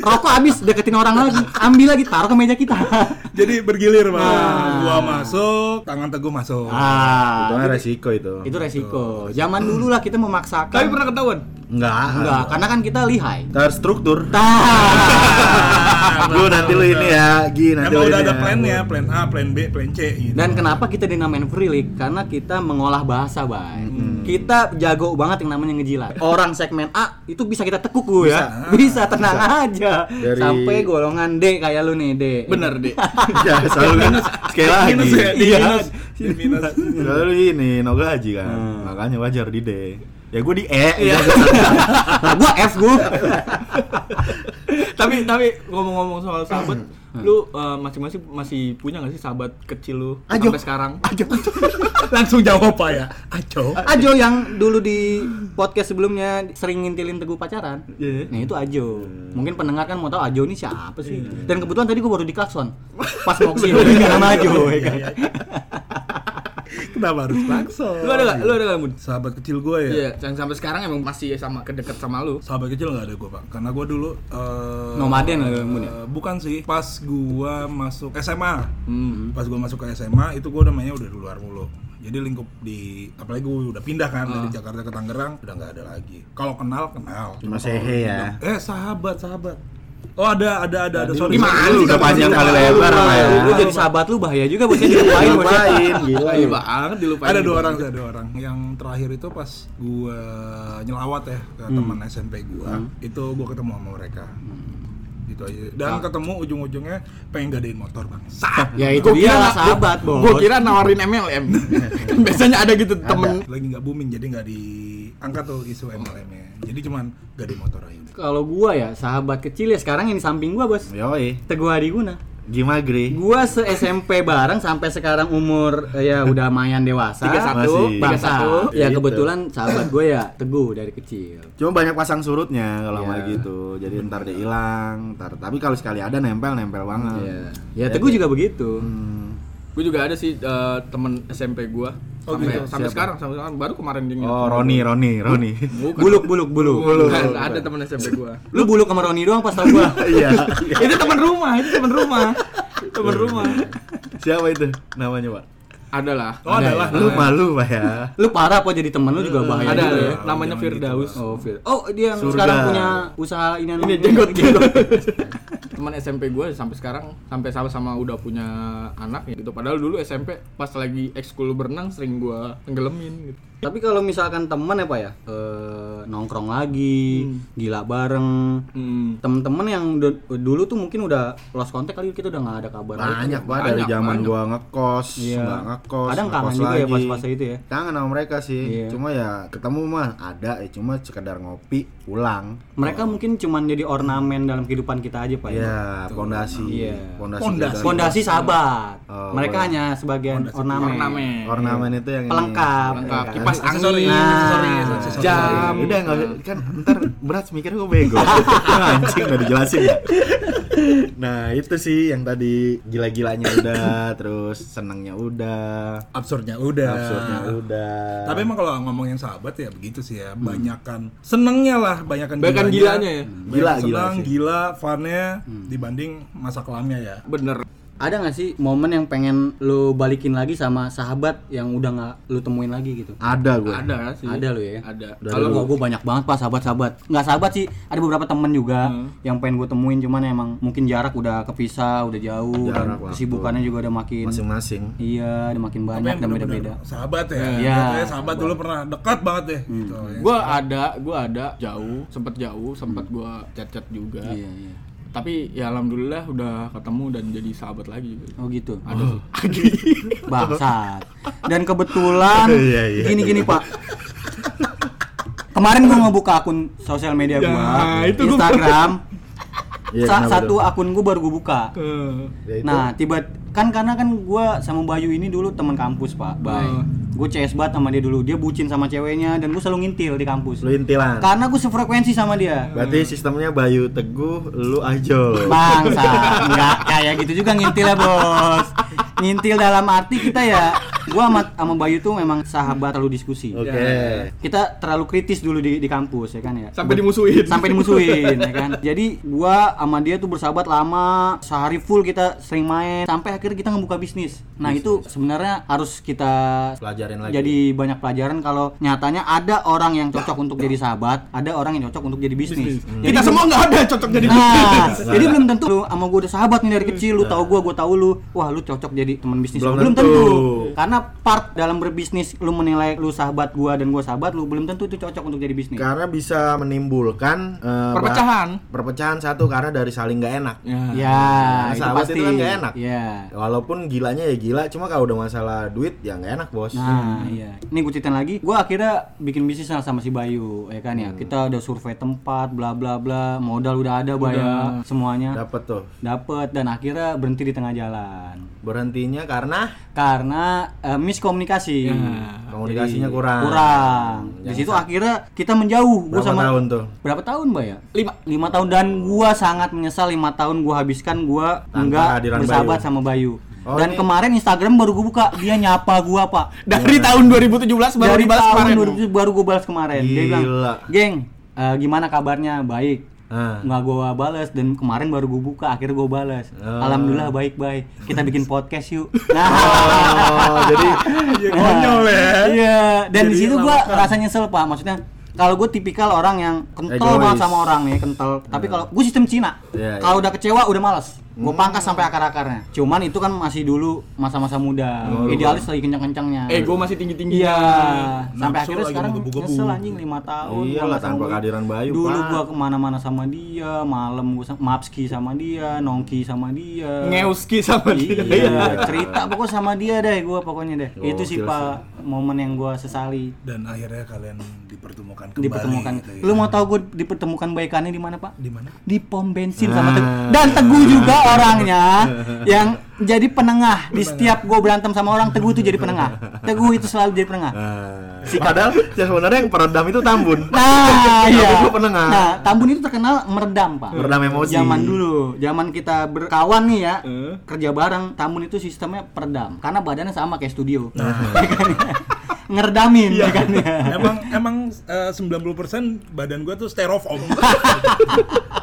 B: rokok habis deketin orang lagi ambil lagi taruh ke meja
D: (laughs)
B: kita
A: Jadi bergilir, Bang.
B: Nah.
A: Gua masuk, tangan Teguh masuk.
B: ah
D: Hitungannya resiko itu.
B: itu resiko zaman dulu lah kita memaksakan
C: Tapi pernah ketahuan?
D: Enggak.
B: Enggak, karena kan kita (laughs) lihai.
D: Terstruktur.
B: Nah, Tah.
D: Gu Ah, nanti lu ini ya, Gi nanti
A: nah, Emang
D: lu
A: udah
D: ini
A: ada
D: ya.
A: plannya, plan A, plan B, plan C gitu.
B: Dan kenapa kita dinamain Free League? Karena kita mengolah bahasa, Bay. Kita jago banget yang namanya ngejilat. (laughs) Orang segmen A itu bisa kita tekuk gue ya. Bisa, tenang aja.
D: Dari-
B: Sampai golongan D kayak lu nih, D.
C: Bener deh.
D: (laughs) Ya, selalu minus. Sekali lagi.
A: Minus ya, (laughs)
D: Iya.
A: di minus. Di minus.
D: Selalu ini noga haji kan. Makanya wajar di D. Ya gue di E. Iya.
B: Nah, gua F gua. (laughs)
C: tapi tapi ngomong-ngomong soal sahabat, lu eh, masing-masing masih punya gak sih sahabat kecil lu
D: Ajo.
C: sampai sekarang?
A: Ajo. (laughs) Langsung jawab Pak ya. Ajo.
B: Ajo yang dulu di podcast sebelumnya sering ngintilin Teguh pacaran.
C: Iya.
B: Nah, itu Ajo. Mungkin pendengar kan mau tahu Ajo ini siapa sih. Dan kebetulan tadi gua baru diklakson. Pas mau kesini sama Ajo.
A: iya,
C: Iya,
B: ya kan?
A: (laughs) Kenapa harus langsung?
C: Lu ada gak? Lu ada gak, Bun?
A: Sahabat kecil gue ya.
C: Iya, yang sampai sekarang emang masih sama kedekat sama lu.
A: Sahabat kecil nggak ada gue pak, karena gue dulu eh,
B: Nomaden lah
A: eh,
B: kamu ya?
A: Bukan sih, pas gue masuk SMA,
C: Hmm.
A: pas gue masuk ke SMA itu gue udah mainnya udah di luar mulu. Jadi lingkup di, apalagi gue udah pindah kan
C: Ah.
A: dari Jakarta ke Tangerang, udah nggak ada lagi. Kalau kenal kenal.
D: Cuma sehe ya.
A: Eh sahabat sahabat. Oh ada ada ada ada. Sorry.
C: Gimana
A: sorry.
C: sih,
D: Lu udah
C: kamu
D: panjang
C: udah
D: kali
C: tahu,
D: lebar
B: Lu
D: lah ya.
B: lu jadi sahabat lu bahaya juga ya. bosnya dilupain bosnya.
D: Lupain, gila.
C: Iya banget dilupain.
A: Ada dua orang, ada dua orang. Yang terakhir itu pas gua nyelawat ya ke teman SMP gua, itu gua ketemu sama mereka. Gitu aja. Dan ketemu ujung-ujungnya pengen gadein motor, Bang. Sat.
B: Ya itu
C: Gua
B: dia
C: kira-
B: lah sahabat bos.
C: Gue kira nawarin MLM. Kan biasanya ada gitu temen.
A: Lagi nggak booming jadi nggak diangkat tuh isu MLM-nya. Jadi cuman gadein motor aja. udah.
B: Kalau gua ya sahabat kecil ya sekarang yang di samping gua bos.
D: Yoi.
B: Teguh Guna
D: Gimagri.
B: Gua se SMP bareng sampai sekarang umur eh, ya udah mayan dewasa.
D: Masih.
C: 31,
B: Bangsa.
C: 31.
B: Ya
D: Gitu.
B: kebetulan sahabat gua ya Teguh dari kecil.
D: Cuma banyak pasang surutnya kalau sama
B: Iya.
D: gitu. Jadi ntar dia hilang, ntar tapi kalau sekali ada nempel nempel banget.
B: Ya, ya Teguh juga begitu.
D: Hmm.
C: Gue juga ada sih eh, temen SMP gue.
A: Oh,
C: Sampai,
A: gitu.
C: sampai
D: Siapa?
C: sekarang, sampai sekarang baru kemarin dia nginep.
D: Oh, Roni, Roni, Roni.
C: Bukan.
B: Buluk buluk buluk.
C: Bukan, ada temen SMP gue.
B: Lu buluk sama Roni doang pas tau gua.
D: Iya.
C: itu temen rumah, itu temen rumah. temen rumah.
D: Siapa itu namanya, Pak?
C: Adalah.
A: Oh, adalah.
D: Lu malu, Pak ya.
B: Lu parah apa jadi temen lu juga bahaya
C: Ada,
B: juga
C: ada.
B: ya.
C: Namanya
A: Jangan
C: Firdaus.
B: Oh, Fir. Oh, dia yang
D: Surga.
B: sekarang punya usaha ini
C: Ini
B: (laughs)
C: jenggot jenggot. Teman SMP gue sampai sekarang sampai sama-sama udah punya anak ya gitu. Padahal dulu SMP pas lagi ekskul berenang sering gue tenggelamin gitu.
B: Tapi kalau misalkan teman ya Pak ya, eh, nongkrong lagi, gila bareng.
C: Hmm.
B: Temen-temen yang du- dulu tuh mungkin udah lost contact kali kita udah nggak ada kabar. lagi.
D: banyak banget dari
C: Banyak,
D: zaman
C: banyak.
D: gua ngekos
B: Iya.
D: nggak ngekos
B: Kadang
D: ngekos
B: kangen juga ya
D: lagi.
B: pas-pas itu ya.
D: kangen sama mereka sih
B: Iya.
D: cuma ya ketemu mah ada ya cuma sekedar ngopi pulang
B: Mereka mungkin cuman jadi ornamen dalam kehidupan kita aja Pak ya.
D: ya pondasi
B: Iya.
D: pondasi
A: Pondasi.
D: dari-
B: Fondasi sahabat.
D: Oh,
B: Mereka
D: boleh.
B: hanya sebagian ornamen.
C: Ornamen.
D: ornamen itu yang ini.
B: Pelengkap.
C: Pelengkap.
B: Ya.
C: Kipas angin.
A: Aksesoris, aksesoris,
B: Nah,
A: aksesoris.
C: jam.
D: udah nggak kan ntar berat mikir gue bego (laughs) anjing udah dijelasin ya nah itu sih yang tadi gila-gilanya udah terus senangnya udah
A: Absurdnya udah.
D: absurdnya udah
A: Iya. Tapi emang kalau ngomongin sahabat ya begitu sih ya, banyakan senengnya lah, banyakan
C: Banyakan gilanya ya?
A: Banyak
D: Gila, gila
A: senang,
D: sih.
A: gila, funnya dibanding masa kelamnya ya.
C: Bener.
B: Ada nggak sih momen yang pengen lu balikin lagi sama sahabat yang udah nggak lu temuin lagi gitu?
D: ada gue
C: Ada sih.
B: Ada lo ya?
C: Ada.
D: Udah
B: Kalau
C: Kalau
B: gue, banyak banget pak sahabat-sahabat Nggak sahabat sih, ada beberapa temen juga
C: Hmm.
B: Yang pengen gue temuin cuman emang mungkin jarak udah kepisah, udah jauh
D: Jarak
B: dan
D: waktu.
B: Kesibukannya juga udah makin
D: masing-masing
B: Iya, udah makin
A: Tapi
B: banyak
A: yang
B: dan
A: bener-bener
B: beda-beda
A: Sahabat ya.
B: Iya. Hmm.
A: Katanya sahabat dulu pernah dekat banget deh. Gitu. ya.
C: gue ada, gue ada jauh, sempet jauh, sempet gue chat-chat juga.
B: Iya, iya
C: Tapi ya alhamdulillah udah ketemu dan jadi sahabat lagi.
B: Oh gitu,
C: Ada
B: (laughs)
C: (laughs) sih.
B: bangsat Dan kebetulan,
D: (laughs) Iya, iya.
B: gini-gini pak Kemarin gue ngebuka akun sosial media gue
C: Ya, itu gua-
B: Instagram
D: (laughs) Iya,
B: Sa-
D: kenapa
B: Satu
D: tuh?
B: akun gue baru gue buka
C: Eh,
D: Ya, itu.
B: Nah, tiba kan karena kan gua sama Bayu ini dulu teman kampus, Pak.
D: Oh.
B: Baik. Gue CS banget sama dia dulu. Dia bucin sama ceweknya dan gue selalu ngintil di kampus.
D: lu iya. Oh. intilan
B: Karena gue sefrekuensi sama dia.
D: berarti sistemnya Bayu Teguh lu Ajo
B: Bangsa, enggak kayak gitu juga ngintil ya, Bos. Ngintil dalam arti kita ya gua sama, sama Bayu tuh memang sahabat terlalu diskusi.
D: oke
B: Kita terlalu kritis dulu di, di kampus ya kan ya.
C: Sampai dimusuhin.
B: sampai dimusuhin ya kan jadi gua sama dia tuh bersahabat lama sehari full kita sering main sampai akhirnya kita ngebuka bisnis nah itu sebenarnya harus kita
D: pelajarin lagi
B: jadi banyak pelajaran kalau nyatanya ada orang yang cocok untuk jadi sahabat ada orang yang cocok untuk jadi bisnis jadi
C: Kita semua nggak ada cocok jadi
B: Nah, jadi belum tentu lu sama gue udah sahabat nih dari
D: Hmm.
B: kecil, lu tahu gue, gue tahu lu. Wah, lu cocok jadi teman bisnis.
D: Belum
B: Belum, belum tentu.
D: tentu.
B: Karena part dalam berbisnis lu menilai lu sahabat gua dan gua sahabat lu, belum tentu itu cocok untuk jadi bisnis.
D: karena bisa menimbulkan eh,
C: Perpecahan.
D: bah- perpecahan satu karena dari saling nggak enak
C: Ya.
B: Ya,
D: Nah,
B: itu
D: sahabat
B: pasti.
D: itu kan nggak enak.
B: Iya.
D: Walaupun gilanya ya gila, cuma kalau udah masalah duit ya nggak enak bos.
B: Nah,
D: Hmm.
B: iya. Ini gue ceritain lagi. Gue akhirnya bikin bisnis sama- sama si Bayu, ya kan
D: Hmm.
B: ya. Kita udah survei tempat, bla bla bla, modal udah ada, Bayu, semuanya
D: Dapat tuh
B: dapet dan akhirnya berhenti di tengah jalan
D: berhentinya karena
B: karena eh, miskomunikasi.
D: Hmm. komunikasinya kurang.
B: kurang. Di situ akhirnya kita menjauh. Gue
D: Berapa
B: sama
D: tahun tuh?
B: berapa tahun, Mbak ya? Lima. Lima tahun dan gua sangat menyesal lima tahun gua habiskan gua
D: Tanpa
B: enggak
D: kehadiran
B: bersahabat
D: Bayu.
B: sama Bayu.
D: Oh,
B: dan
D: ini-
B: kemarin Instagram baru gua buka, dia nyapa gua,
D: (laughs)
B: Pak.
C: Dari tahun 2017
B: Iya.
C: baru
B: Dari
C: dibalas
B: tahun
C: kemarin.
B: 2000 baru gua balas kemarin. Dia bilang,
D: Gila.
B: "Geng, eh, gimana kabarnya? Baik."
D: Ah.
B: nggak gua balas dan kemarin baru gua buka akhirnya gua balas
D: Ah.
B: alhamdulillah baik baik kita
D: (laughs)
B: bikin podcast yuk Nah.
D: Oh, jadi
B: (laughs)
A: Iya, konyol ya.
B: Iya,
A: Jadi
B: dan di situ gua
A: lawakan.
B: rasa nyesel, Pak. Maksudnya kalau gue tipikal orang yang kental
D: Egois.
B: banget sama orang nih, kental. Tapi kalau gue sistem Cina,
D: Iya, Hmm.
B: kalau udah kecewa udah males. Gue pangkas sampai akar-akarnya. Cuman itu kan masih dulu masa-masa muda,
D: Oh,
B: idealis lagi kencang-kencangnya.
C: Eh, gue masih tinggi tinggi.
B: Iya,
A: Nafsu
B: sampai akhirnya
A: lagi
B: sekarang
A: menggebu-gebu.
B: nyesel anjing 5 tahun. gua nggak
D: Iyalah, Iya tanpa
B: sama Bayu.
D: kehadiran Bayu,
B: Dulu
D: Pak.
B: gua kemana-mana sama dia, malam gue sama Mapski sama dia, Nongki sama dia.
C: Ngeuski sama dia.
B: Iya, cerita pokoknya sama dia deh gua pokoknya deh.
A: Oh,
D: Gokil
B: itu sih Pak momen yang gua sesali
A: Dan akhirnya kalian dipertemukan kembali.
B: dipertemukan.
A: gitu ya.
B: Lu mau tahu gua dipertemukan baikannya di mana, Pak?
A: di Ah. mana?
B: Di pom bensin sama Teguh. Dan Teguh
A: (laughs)
B: juga orangnya yang jadi penengah. Di setiap gua berantem sama orang, Teguh itu jadi penengah. Teguh itu selalu jadi penengah.
D: eh, padahal yang sebenarnya yang peredam itu Tambun.
B: Nah,
D: Tapi
B: iya.
D: gua penengah.
B: Nah, Tambun itu terkenal meredam, Pak.
D: Meredam emosi.
B: Zaman dulu, zaman kita berkawan nih ya, kerja bareng, Tambun itu sistemnya peredam. Karena badannya sama kayak studio.
D: Nah.
B: (laughs) Ya kan? Ngeredamin, ya
D: Iya.
B: kan ya.
A: emang emang eh, 90% badan gua tuh
B: (laughs)
A: styrofoam.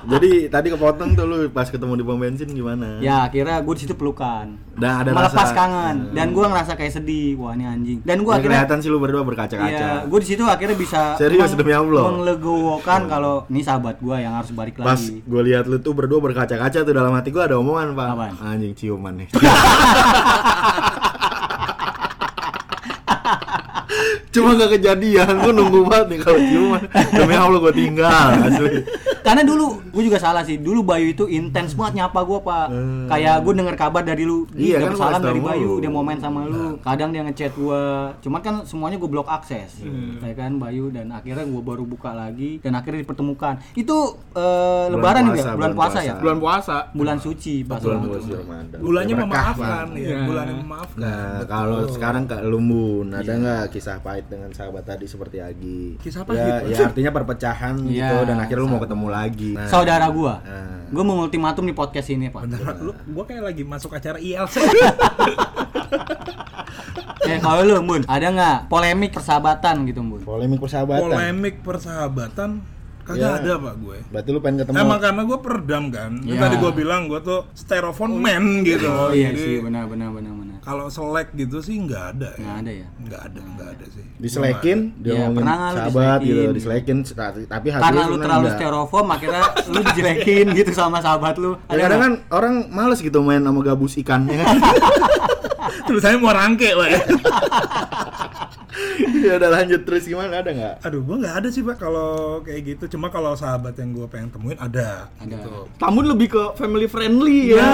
D: Jadi tadi kepotong tuh lu pas ketemu di pom bensin gimana?
B: Ya, akhirnya gue di situ pelukan.
D: Dan ada
B: melepas
D: rasa-
B: kangen dan gue ngerasa kayak sedih wah ini anjing dan gue
D: Ya,
B: akhirnya
D: kelihatan sih lu berdua
B: Iya,
D: berkaca-kaca.
B: gue di situ akhirnya bisa
D: Serius,
B: meng-
D: demi Allah. Hmm.
B: menglegowokan kalau ini sahabat gue yang harus balik
D: Pas
B: lagi.
D: gue lihat lu tuh berdua berkaca-kaca tuh dalam hati gue ada omongan pak.
B: Apaan?
D: Anjing ciuman nih. Cuma gak kejadian, gue nunggu banget nih kalau ciuman Demi Allah gue tinggal asli
B: Karena dulu gue juga salah sih. Dulu Bayu itu intens banget nyapa gue pak. Kayak gue dengar kabar dari lu.
D: Hmm. Iya,
B: Iya,
D: kan
B: dapet salam
D: gua
B: dari
D: kasih tau
B: Bayu.
D: lu. Iya.
B: Dia mau main sama lu. Kadang dia ngechat gue. Cuman kan semuanya gue blok akses.
D: Hmm.
B: Ya kan Bayu dan akhirnya gue baru buka lagi dan akhirnya dipertemukan. Itu eh, Lebaran ya,
D: puasa,
B: bulan,
D: bulan
B: puasa,
D: puasa.
B: ya.
C: bulan puasa
B: Bulan suci pas
D: Bulan
B: banget.
D: puasa Ramadan.
A: bulannya
D: Ya, berkah,
A: memaafkan
D: Bang.
A: ya,
B: Iya.
A: bulan yang memaafkan.
D: Nah,
A: Betul.
D: kalau sekarang Kak Lumbun, ada nggak kisah pahit dengan sahabat tadi seperti Agi?
A: Kisah
D: Ya,
A: pahit?
D: ya artinya perpecahan
B: Iya,
D: gitu dan akhirnya lu mau ketemu lagi. Nah,
B: Saudara gue.
D: Nah.
B: Gue mengultimatum di podcast ini pak.
A: bentar lu gua kayak lagi masuk acara ILC.
B: Eh kalau lu Bun, ada nggak polemik persahabatan gitu Bun?
D: polemik persahabatan.
A: Polemik persahabatan kagak
D: Ya.
A: ada Pak gue.
D: Berarti lu pengen ketemu
A: Emang karena gue peredam kan. Itu
B: Iya. Oh,
A: Tadi gue bilang gue tuh styrofoam man gitu.
D: Oh,
B: iya
A: Jadi,
B: sih benar benar benar benar.
A: kalau selek gitu sih nggak ada ya.
B: Nggak ada ya.
A: Nggak ada, nggak ada sih.
D: diselekin,
B: Iya,
D: dia ngomongin
B: pernah nggak lu
D: sahabat gitu,
B: diselekin?
D: diselekin ta- tapi hati
B: karena lu
D: seneng
B: terlalu
D: Nah, nggak?
B: styrofoam
D: (laughs)
B: akhirnya lu dijelekin gitu sama sahabat lu
D: Ya, kadang kan orang males gitu main sama gabus ikan ya kan?
A: (laughs)
D: (laughs)
A: Terus saya mau rangke, Pak. ya.
D: ya udah lanjut terus gimana ada nggak?
A: (laughs) Aduh, gue nggak ada sih Pak kalau kayak gitu. Cuma kalau sahabat yang gue pengen temuin ada.
B: Ada.
A: Gitu.
C: tamun lebih ke family friendly
A: Ya,
B: Iya.
C: ya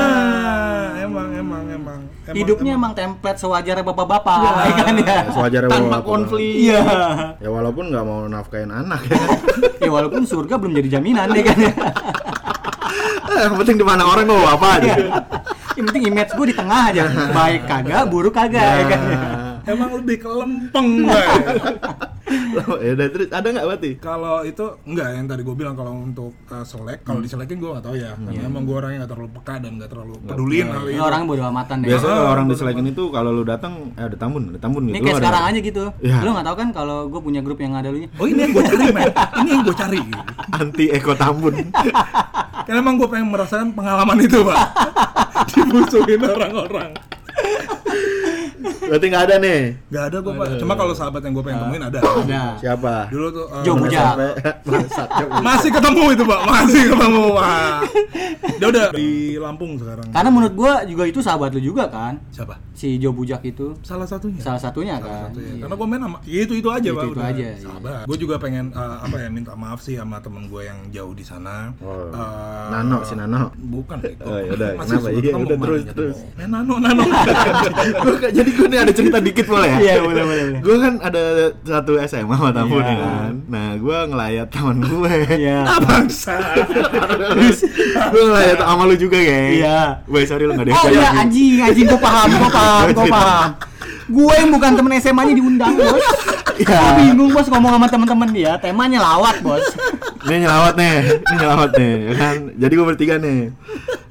A: emang, emang, emang, emang.
B: hidupnya emang, template sewajarnya bapak-bapak ya kan ya
D: Ya, sewajarnya
C: tanpa
D: walaupun-
C: konflik
B: iya
D: Ya walaupun nggak mau nafkain anak ya.
B: ya walaupun surga belum jadi jaminan ya kan ya
D: (laughs) Yang penting di mana orang mau apa aja.
B: Iya.
D: (laughs)
B: yang penting image gue di tengah aja baik kagak buruk kagak ya kan ya
A: Emang lebih ke (laughs) lempeng Pak.
D: Loh, ya udah terus ada nggak berarti?
A: Kalau itu enggak yang tadi gue bilang kalau untuk uh, selek, kalau diselekin gue nggak tahu ya. Karena emang gue orangnya nggak terlalu peka dan nggak terlalu peduliin hal
D: Iya.
B: Ini
A: itu.
B: orang bodo amatan deh
D: Biasanya kalau orang diselekin itu kalau lu datang eh ada tambun, ada tambun gitu.
B: Nah, ini
D: Lu
B: kayak
D: ada
B: sekarang
D: nggak?
B: aja gitu
D: Iya.
B: lu nggak tahu kan kalau gue punya grup yang ada lu
A: Oh ini yang gue cari, men. Ini yang gue cari.
D: anti eko tambun.
A: Karena emang gue pengen merasakan pengalaman itu, Pak. (laughs) Dibusuhin orang-orang.
D: (laughs) berarti nggak ada nih.
A: Gak ada gue, Pak. Cuma kalau sahabat yang gue pengen temuin ada.
B: nah
D: Siapa?
A: Dulu tuh... uh,
B: Jo Bujang.
D: Sampai (laughs) bangsat. Jo Bujang.
A: Masih ketemu itu, Pak. Masih ketemu, Pak. Dia udah di Lampung sekarang.
B: karena menurut gue juga itu sahabat lu juga kan
A: Siapa?
B: si Jo Bujak itu
A: Salah satunya.
B: salah satunya
A: Salah
B: kan
A: satu ya.
B: Iya.
A: Karena gue main sama itu itu aja, Pak.
B: Itu-itu
A: udah.
B: aja, iya.
A: Sabar. Gue juga pengen eh, apa ya minta maaf sih sama temen gue yang jauh di sana.
D: Oh.
A: Eh,
D: Nano si Nano.
A: Bukan Beko.
D: Oh, yaudah.
A: Masih
D: Kenapa?
A: suka
D: Iya,
A: ketemu
D: udah,
A: kemarin
D: terus,
A: ketemu.
D: terus.
A: Eh, Nano
B: (laughs)
A: Nano.
D: Gua kayak- jadi gue nih ada cerita dikit boleh ya?
B: Iya, boleh, boleh, boleh.
D: Gue kan ada satu SMA sama Tambun
B: Iya.
D: ya kan. Nah, gue ngelayat teman gue.
B: iya
A: Bangsa.
D: Terus gue ngelayat sama lu juga, geng.
B: Iya.
D: Woi, sorry lu enggak
B: Oh iya anjing, anjing gua paham, gua paham, gua paham. Gue yang bukan temen SMA-nya diundang, Bos. Gua bingung, Bos, ngomong sama teman-teman dia, temanya lawat, Bos.
D: Ini nyelawat nih, ini nyelawat nih, ya kan? Jadi gue bertiga nih.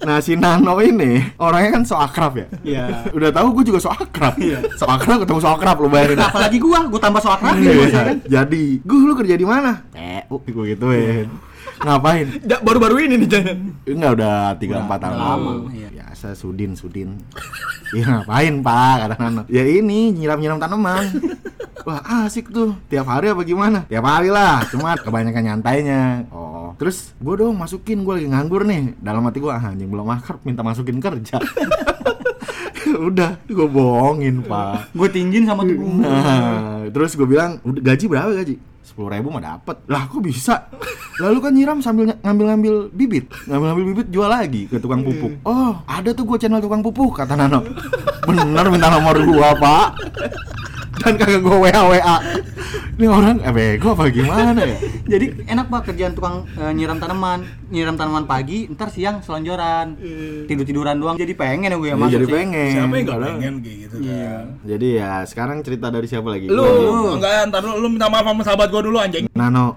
D: Nah si Nano ini orangnya kan so akrab ya.
B: Iya.
D: Udah tahu gue juga so akrab. So akrab ketemu so akrab lo bayangin.
B: Apalagi gua, gua tambah soal akrab nih,
D: Iya,
B: Bos, ya
D: iya.
B: kan.
D: Jadi, gue lu kerja di mana? Eh, gue gituin.
B: Iya.
D: Ngapain?
C: Da- baru-baru ini nih jangan
D: Enggak udah 3 4 tahun
B: udah lama,
D: lalu.
B: iya.
D: Biasa Sudin Sudin. (laughs) ya ngapain, Pak? Kata Nano. Ya ini
B: (laughs)
D: nyiram-nyiram tanaman. Wah, asik tuh. Tiap hari apa gimana? Tiap hari lah, cuma kebanyakan nyantainya. Oh. Terus gue dong masukin gue lagi nganggur nih. Dalam hati gue ah, anjing belum akrab minta masukin kerja. (laughs) udah, gue bohongin, Pak.
B: Gua tinjin sama tuh gua.
D: Nah, terus gue bilang, "Udah, gaji berapa gaji? Sepuluh ribu mah dapet Lah kok bisa? Lalu kan nyiram sambil ny- ngambil-ngambil bibit Ngambil-ngambil bibit jual lagi ke tukang pupuk Oh ada tuh gue channel tukang pupuk kata Nano Bener minta nomor gua pak Dan kagak gue WA-WA Ini orang eh bego apa gimana ya?
B: Jadi enak banget kerjaan tukang eh, nyiram tanaman, nyiram tanaman pagi, ntar siang selonjoran, tidur tiduran doang. Iya. Jadi pengen ya gue ya
D: Ya,
B: masuk
D: jadi
B: sih.
D: pengen
A: Siapa yang gak
D: Padahal-
A: pengen kayak gitu
B: Iya.
A: kan?
D: Jadi ya sekarang cerita dari siapa lagi?
C: Lu.
D: Gua.
A: Enggak, ntar lu, lu minta maaf sama sahabat gue dulu anjing.
D: Nano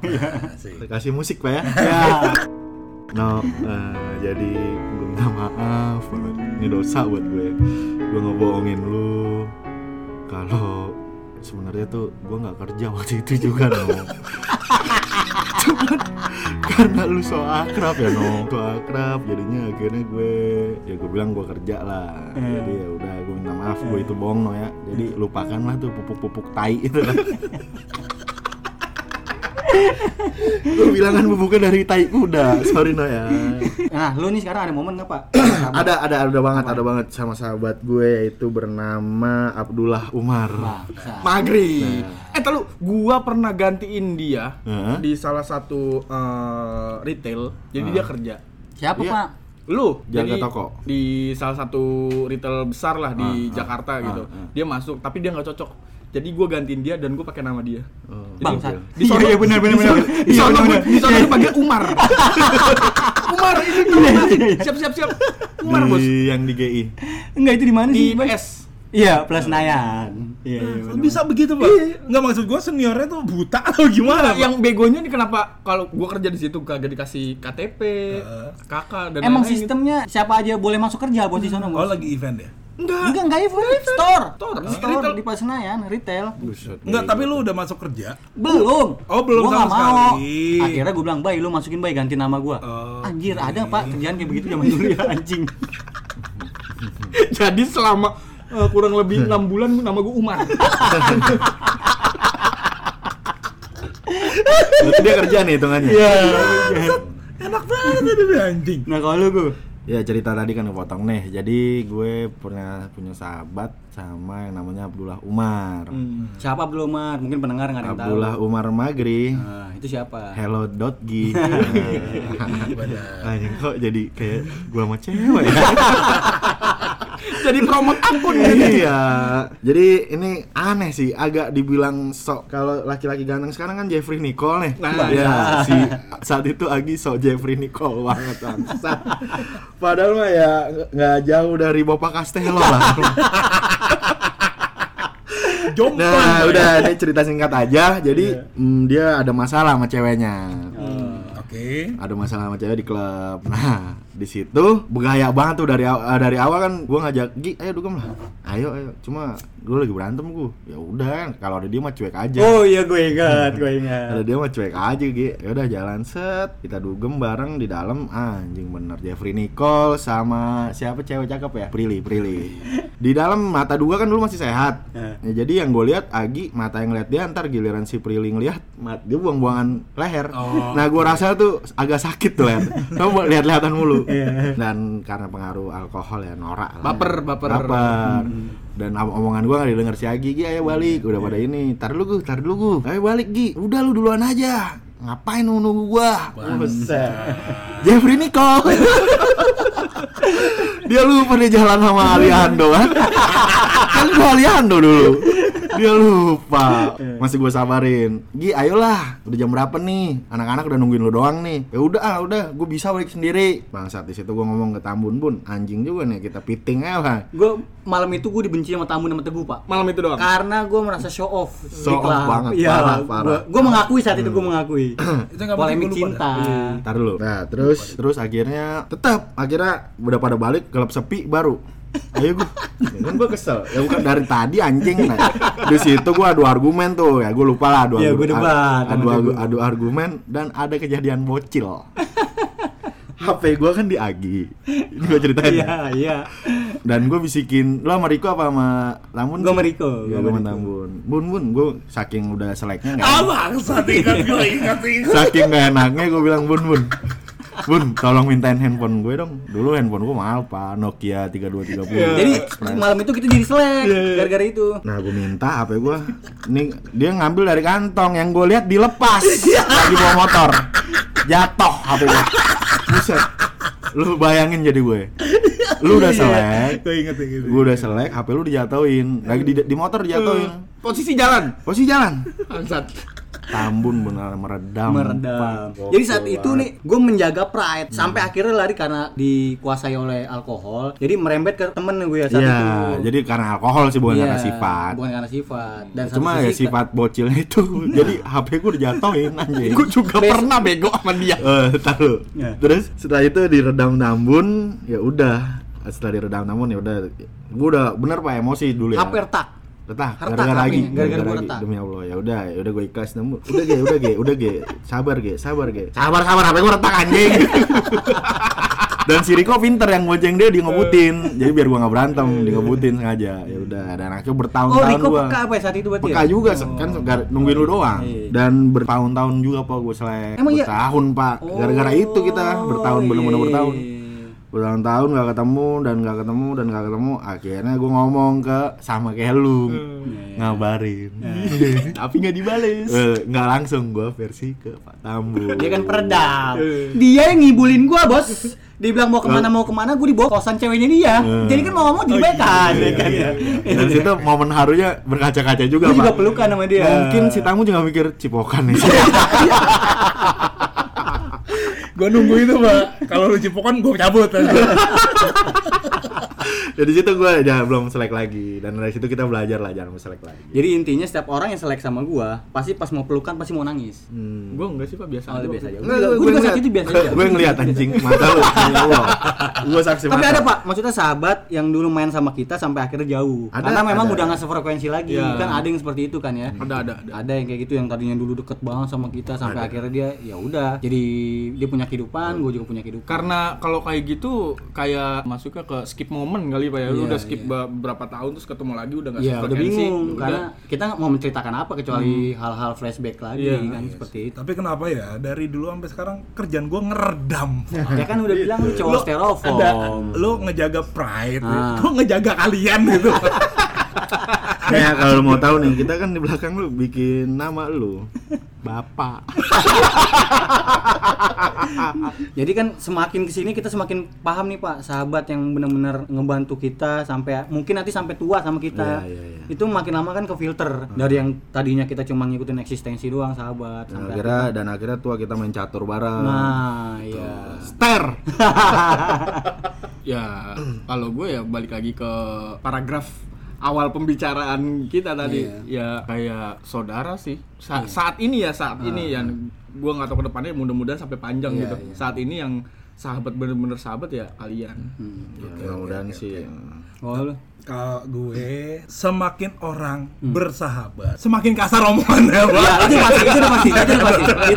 B: Iya
A: Asik.
D: Kasih musik pak ya
B: Ya.
D: No, eh, jadi gue minta maaf banget. Ini dosa buat gue. Gue ngebohongin lu. Kalau sebenarnya tuh gue nggak kerja waktu itu juga no. Cuman karena lu so akrab ya no, so akrab jadinya akhirnya gue ya gue bilang gue kerja lah. Jadi ya udah gue minta maaf gue itu bohong (laughs) no ya. Jadi lupakanlah tuh pupuk-pupuk tai itu. Gue bilang kan bubuknya dari tai kuda. Sorry no ya.
B: Nah, lu nih sekarang ada momen nggak (coughs) pak?
D: ada ada ada banget ada banget sama sahabat gue yaitu bernama Abdullah Umar.
B: Bangsa.
C: Maghrib.
B: Nah.
C: Eh tahu gua pernah gantiin dia
D: Heeh.
C: di salah satu eh, retail. Jadi dia kerja.
B: Siapa pak?
C: Lu
D: Jaga
C: jadi
D: toko.
C: di salah satu retail besar lah di Jakarta gitu. Dia masuk tapi dia nggak cocok. Jadi gua gantiin dia dan gua pakai nama dia.
D: Oh.
C: Jadi
B: Bangsa.
C: Di sono
B: Iya, iya, benar, benar,
C: di sono-
B: benar.
C: Di
B: Iya,
C: sono
B: benar,
C: gua-
B: benar.
C: di sono gua panggil
B: (laughs)
C: Umar. Umar ini tuh.
B: Iya,
C: Siap siap siap. Umar bos.
D: Di yang di GI.
B: Enggak itu di mana
C: Di
B: sih? Pak?
C: PS.
B: Iya, plus Nayan. Iya, iya.
A: Kok bisa begitu pak? Nggak maksud gue seniornya tuh buta (laughs) atau gimana? Pak?
C: yang begonya nih kenapa kalau gua kerja di situ kagak dikasih KTP, kakak dan
B: Emang
C: lain-lain gitu.
B: sistemnya siapa aja boleh masuk kerja buat di sana?
A: oh
B: Bos?
A: lagi event ya?
C: Enggak.
B: Enggak, enggak event. Store.
C: Store.
B: Store
C: Retail.
B: di Plaza Senayan, retail.
D: iya,
A: Enggak, tapi lu udah masuk kerja.
B: Belum.
A: Oh, belum
B: gua
A: sama
B: nggak mau.
A: sekali.
B: Akhirnya gue bilang, "Bay, lu masukin Bay ganti nama gua."
A: Oh,
B: Anjir, ada Pak kerjaan kayak begitu zaman dulu ya anjing.
C: (laughs) Jadi selama eh, kurang
B: Hmm.
C: lebih enam bulan nama gue
B: (laughs)
C: Umar.
D: Berarti dia kerja nih hitungannya.
A: Enak banget ada anjing.
B: Nah, kalau lu gua
D: Ya cerita tadi kan potong nih. Jadi gue pernah punya sahabat sama yang namanya Abdullah Umar.
B: siapa belum, Mar? Mungkin pendengar nggak ada yang tahu.
D: Abdullah Umar Magri.
B: Nah, itu siapa?
D: Hello dot gi. (laughs) Anjing kok jadi kayak gua sama cewek ya.
C: (laughs) Jadi promote akun.
D: iya. Jadi ini aneh sih, agak dibilang sok kalau laki-laki ganteng sekarang kan Jeffrey Nicole nih.
C: Nah.
D: ya, si saat itu Agi sok Jeffrey Nicole banget bangsat. Padahal mah ya nggak jauh dari Bapak Castello lah.
A: Jomplang.
D: Nah, udah ini cerita singkat aja. Jadi
C: Iya.
D: mm, dia ada masalah sama ceweknya.
C: Oh.
A: Oke.
D: Ada masalah sama cewek di klub. (laughs) Nah, di situ bergaya banget tuh dari aw- eh, dari awal kan gua ngajak Gi, ayo dugem lah. Ayo ayo. Cuma gua lagi berantem gua. Ya udah, kalau ada dia mah cuek aja.
B: Oh iya gue ingat, gue
D: Ada
B: ingat.
D: dia mah cuek aja Gi. Ya udah jalan set, kita dugem bareng di dalam. Ah, Anjing bener Jeffrey Nicole sama siapa cewek cakep ya? Prilly, Prilly. Di dalam mata dua kan dulu masih sehat.
B: Eh.
D: Ya, jadi yang gue lihat Agi mata yang lihat dia ntar giliran si Prilly ngelihat mat dia buang-buangan leher.
A: Oh.
D: Nah gue rasa tuh agak sakit tuh leher. Kamu buat lihat-lihatan mulu. Dan karena pengaruh alkohol ya norak. lah.
C: Baper, baper.
D: Baper. Dan om- omongan gue gak didengar si Agi, Gi ayo balik, udah pada ini Tar dulu gue, tar dulu gue Ayo balik Gi, udah lu duluan aja Ngapain lu nunggu gua? Buset Jeffrey Nicole Dia lupa dia jalan sama Aliando kan Kan gua Aliando dulu Dia lupa Masih gua sabarin Gi ayolah Udah jam berapa nih Anak-anak udah nungguin lu doang nih Ya udah ah udah Gua bisa balik sendiri Bangsat di situ gua ngomong ke Tambun Bun Anjing juga nih kita piting aja kan
B: Gue malam itu gue dibenci sama tamu nama Teguh, Pak.
C: Malam itu doang.
B: Karena gue merasa show off
D: Show off banget, parah, parah. Hmm.
B: Gue mengakui saat itu gue
D: (clears throat)
B: mengakui
A: Itu nggak penting,
B: Polemik
A: gua lupa
B: cinta
D: Ntar dulu. Nah, terus terus akhirnya tetap akhirnya udah pada balik klub sepi baru. Ayo
B: (laughs)
D: gue, kan gue kesel. Ya bukan dari tadi anjing. Nah. Di situ gue adu argumen tuh ya, gue lupa lah adu,
B: Iya,
D: argu-
B: gua debat
D: adu,
B: sama
D: adu- adu argumen dan ada kejadian bocil. HP gue kan di Agi, ini gue ceritain.
B: Iya,
D: ya.
B: iya
D: Dan gue bisikin, lo sama Riko apa sama Lamun?
B: Gua sama Riko, gua
D: Iya, gua
B: sama
D: sama Tambun. Bun, bun, gue saking udah seleknya nggak
A: Ah, bangsa
B: Iya.
A: ingat gue ingat ingat.
D: saking gak enaknya gue bilang bun bun bun tolong mintain handphone gue dong dulu handphone gue mahal pak Nokia 3230
B: Iya. Jadi
D: Express.
B: malam itu kita jadi
D: Iya,
B: selek Gara-gara itu
D: nah gue minta HP gue nih dia ngambil dari kantong yang gue lihat dilepas
B: Iya.
D: di bawah motor jatuh HP gue buset lu bayangin jadi gue lu udah
B: Iya.
D: selek
A: Gue ingat yang gitu.
D: gue udah selek HP lu dijatuhin lagi di, di motor
B: Hmm.
D: dijatuhin
C: Posisi jalan.
D: posisi jalan
C: Bangsat.
D: Tambun benar meredam
B: Meredam Jadi saat itu nih Gue menjaga
D: Hmm.
B: pride Sampai akhirnya lari karena dikuasai oleh alkohol Jadi merembet ke temen gue ya saat
D: Iya,
B: itu
D: jadi karena alkohol sih bukan
B: Iya,
D: karena sifat.
B: Bukan karena sifat Dan satu
D: Cuma ya
B: sisi-
D: sifat bocilnya itu. (laughs) Jadi HP gue dijatuhin anjing.
C: Gue juga pernah bego sama dia.
D: (laughs) Eh, tar lu.
B: Ya.
D: Terus setelah itu diredam Tambun, ya udah. Setelah diredam Tambun ya udah gue udah bener Pak emosi dulu ya.
B: HP retak
D: Retak,
B: Retak
D: gara-gara lagi,
B: HP-nya, gara-gara gua
D: lagi.
B: retak.
D: demi Allah ya udah, ya udah gue ikhlas nemu. Udah ge, udah ge, udah ge, sabar ge, sabar ge, sabar sabar HP gue retak anjing. (laughs) dan si Riko pinter yang bonceng dia dia ngebutin
B: Eh.
D: jadi biar gua nggak berantem dia ngebutin sengaja ya udah dan akhirnya
B: Oh,
D: bertahun-tahun
B: Riko
D: gua
B: peka apa ya saat itu berarti?
D: peka
B: ya?
D: juga se- kan se- gar- nungguin lu doang
B: Iya.
D: dan bertahun-tahun juga pak gue selek
B: Emang iya?
D: bertahun pak gara-gara itu kita bertahun bener-bener
B: iya.
D: bertahun bertahun-tahun gak ketemu dan gak ketemu dan gak ketemu akhirnya gue ngomong ke sama kayak lu
B: Hmm.
D: ngabarin
C: Tapi nggak dibales.
D: (laughs) Eh, nggak langsung gue versi ke Pak Tambu
B: Dia kan peredam.
D: Iya.
B: Dia yang ngibulin gua, Bos. Dia bilang mau kemana mau kemana, gua dibawa kosan ceweknya dia. Jadi kan mau ngomong
D: Oh,
B: jadi baikan, ya kan ya.
D: iya, dan situ momen harunya berkaca-kaca
B: Gua
D: juga
B: juga ya.
D: Pak.
B: pelukan sama dia.
D: mungkin si Tamu juga mikir cipokan nih
B: (laughs)
D: (laughs)
A: Gua nunggu itu, Pak. Kalau lu cipokan gua cabut aja.
D: dari situ gue ya belum selek lagi dan dari situ kita belajar lah jangan selek lagi
B: Jadi intinya setiap orang yang selek sama gua, pasti pas mau pelukan pasti mau nangis.
D: Hmm.
C: Gue enggak sih Pak, biasa
B: Oh,
C: aja.
B: biasa aja.
D: Nggak,
B: Gua juga saat
D: ngeliat.
B: itu biasa aja.
D: Gue ngeliat anjing mata
B: (laughs)
D: lu. Gue saksi mata.
B: Tapi ada pak, maksudnya sahabat yang dulu main sama kita sampai akhirnya jauh.
D: Ada,
B: Karena memang
D: ada.
B: udah nggak sefrekuensi lagi.
C: Iya.
B: Kan ada yang seperti itu kan ya.
C: Ada, ada, ada.
B: Ada yang kayak gitu yang tadinya dulu deket banget sama kita sampai akhirnya dia ya udah. Jadi dia punya kehidupan, gue juga punya kehidupan.
C: Karena kalau kayak gitu kayak masuknya ke skip moment kali Pak ya. Lu udah skip ba- berapa tahun terus ketemu lagi udah enggak
B: Ya Iya, udah bingung karena kita nggak mau menceritakan apa kecuali hal-hal flashback lagi
C: Hmm. Iya,
B: kan seperti itu.
A: Tapi kenapa ya? Dari dulu sampai sekarang kerjaan gua ngeredam.
B: Ya kan udah bilang lu cowok styrofoam.
A: Lu ngejaga pride,
B: Oh.
A: (laughs)
B: Ah.
A: gua ngejaga kalian gitu.
D: Nah, kalau lu mau tahu nih, kita kan di belakang lu bikin nama lu. Bapak.
B: Jadi kan semakin kesini kita semakin paham nih Pak, sahabat yang benar-benar ngebantu kita sampai mungkin nanti sampai tua sama kita.
D: Iya, iya, iya. Hmm.
B: Itu makin lama kan ke filter dari yang tadinya kita cuma ngikutin eksistensi doang sahabat
D: Dan
B: sampai
D: Nah, akhirnya dan akhirnya tua kita main catur bareng.
B: Nah, iya.
D: Ster.
C: (laughs) Ya, kalau gue ya balik lagi ke paragraf awal pembicaraan kita tadi ya kayak saudara sih Sa- saat ini ya saat ini yang gue nggak tahu ke depannya mudah-mudahan sampai panjang gitu saat ini yang sahabat bener-bener sahabat ya kalian
D: Ya, Mudah-mudahan sih.
B: Oh, lu.
A: Kalau gue semakin orang bersahabat, semakin kasar omongannya, Pak.
B: Ya, itu pasti, itu udah pasti, itu
C: (laughs)
B: udah pasti, itu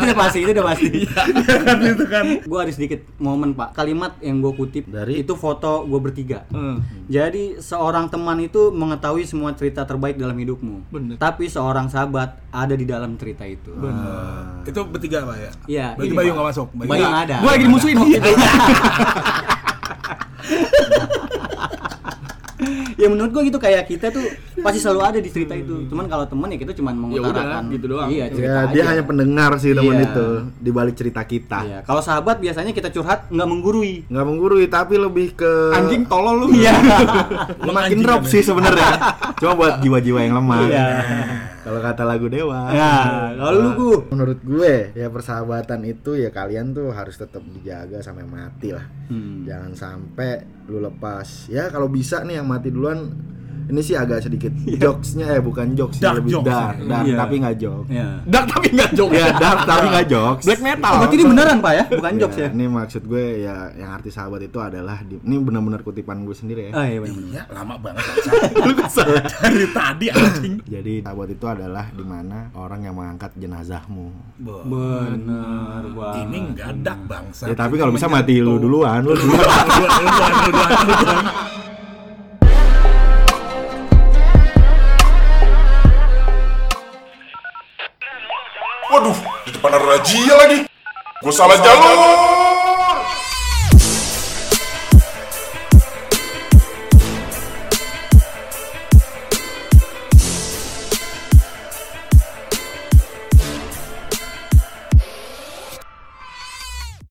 B: udah pasti, itu udah pasti.
A: Iya kan itu kan.
B: Gue ada sedikit momen Pak, kalimat yang gue kutip
D: Dari?
B: itu foto gue bertiga.
C: Hmm.
B: Jadi seorang teman itu mengetahui semua cerita terbaik dalam hidupmu.
C: Bener.
B: Tapi seorang sahabat ada di dalam cerita itu.
A: Itu bertiga, Pak ya.
B: Iya,
A: Berarti
B: ini,
A: Bayu
B: Pak.
A: nggak masuk.
B: Bayu nggak ada. Iya.
C: gue lagi dimusuhin waktu itu
B: ya menurut gua gitu kayak kita tuh pasti selalu ada di cerita itu. Cuman kalau temen ya kita cuman mengutarakan
C: Hmm. udah, gitu doang.
B: Iya, cerita
D: Ya, dia
B: aja.
D: hanya pendengar sih teman
B: Iya.
D: itu di balik cerita kita.
B: Iya, kalau sahabat biasanya kita curhat nggak menggurui.
D: Nggak menggurui tapi lebih ke (laughs)
C: anjing tolol lu
B: (laughs) Iya.
D: makin drop sih (laughs) sebenarnya. Cuma buat jiwa-jiwa yang lemah.
B: Iya.
D: Kalau kata lagu Dewa.
B: Nah, kalau lu Gu,
D: Menurut gue ya persahabatan itu ya kalian tuh harus tetap dijaga sampai mati lah.
C: Hmm.
D: Jangan sampai lu lepas. Ya kalau bisa nih yang mati duluan ini sih agak sedikit
C: (laughs) Iya.
D: jokesnya eh bukan jokes sih,
A: Dark
D: lebih
A: jokes.
D: dark, dark
B: Iya.
D: tapi nggak jokes.
B: Iya.
C: dark tapi nggak joke
D: Ya dark tapi nggak jokes. Iya,
C: black metal
B: Oh, berarti ini beneran Pak ya? Bukan jokes ya?
D: Ini maksud gue ya yang arti sahabat itu adalah di- ini benar-benar kutipan gue sendiri ya.
C: Eh.
B: Ah, iya bener-bener.
A: Iya, lama banget. (laughs) Lu Dari tadi anjing.
D: Jadi sahabat itu adalah dimana orang yang mengangkat jenazahmu.
A: Bo,
B: Bener banget.
A: Ini nggak ada bangsa.
D: Ya, tapi kalau
A: (laughs)
D: bisa mati lu duluan,
C: (laughs)
D: lu duluan.
E: Waduh, di depan ada razia lagi. Gue salah jalur.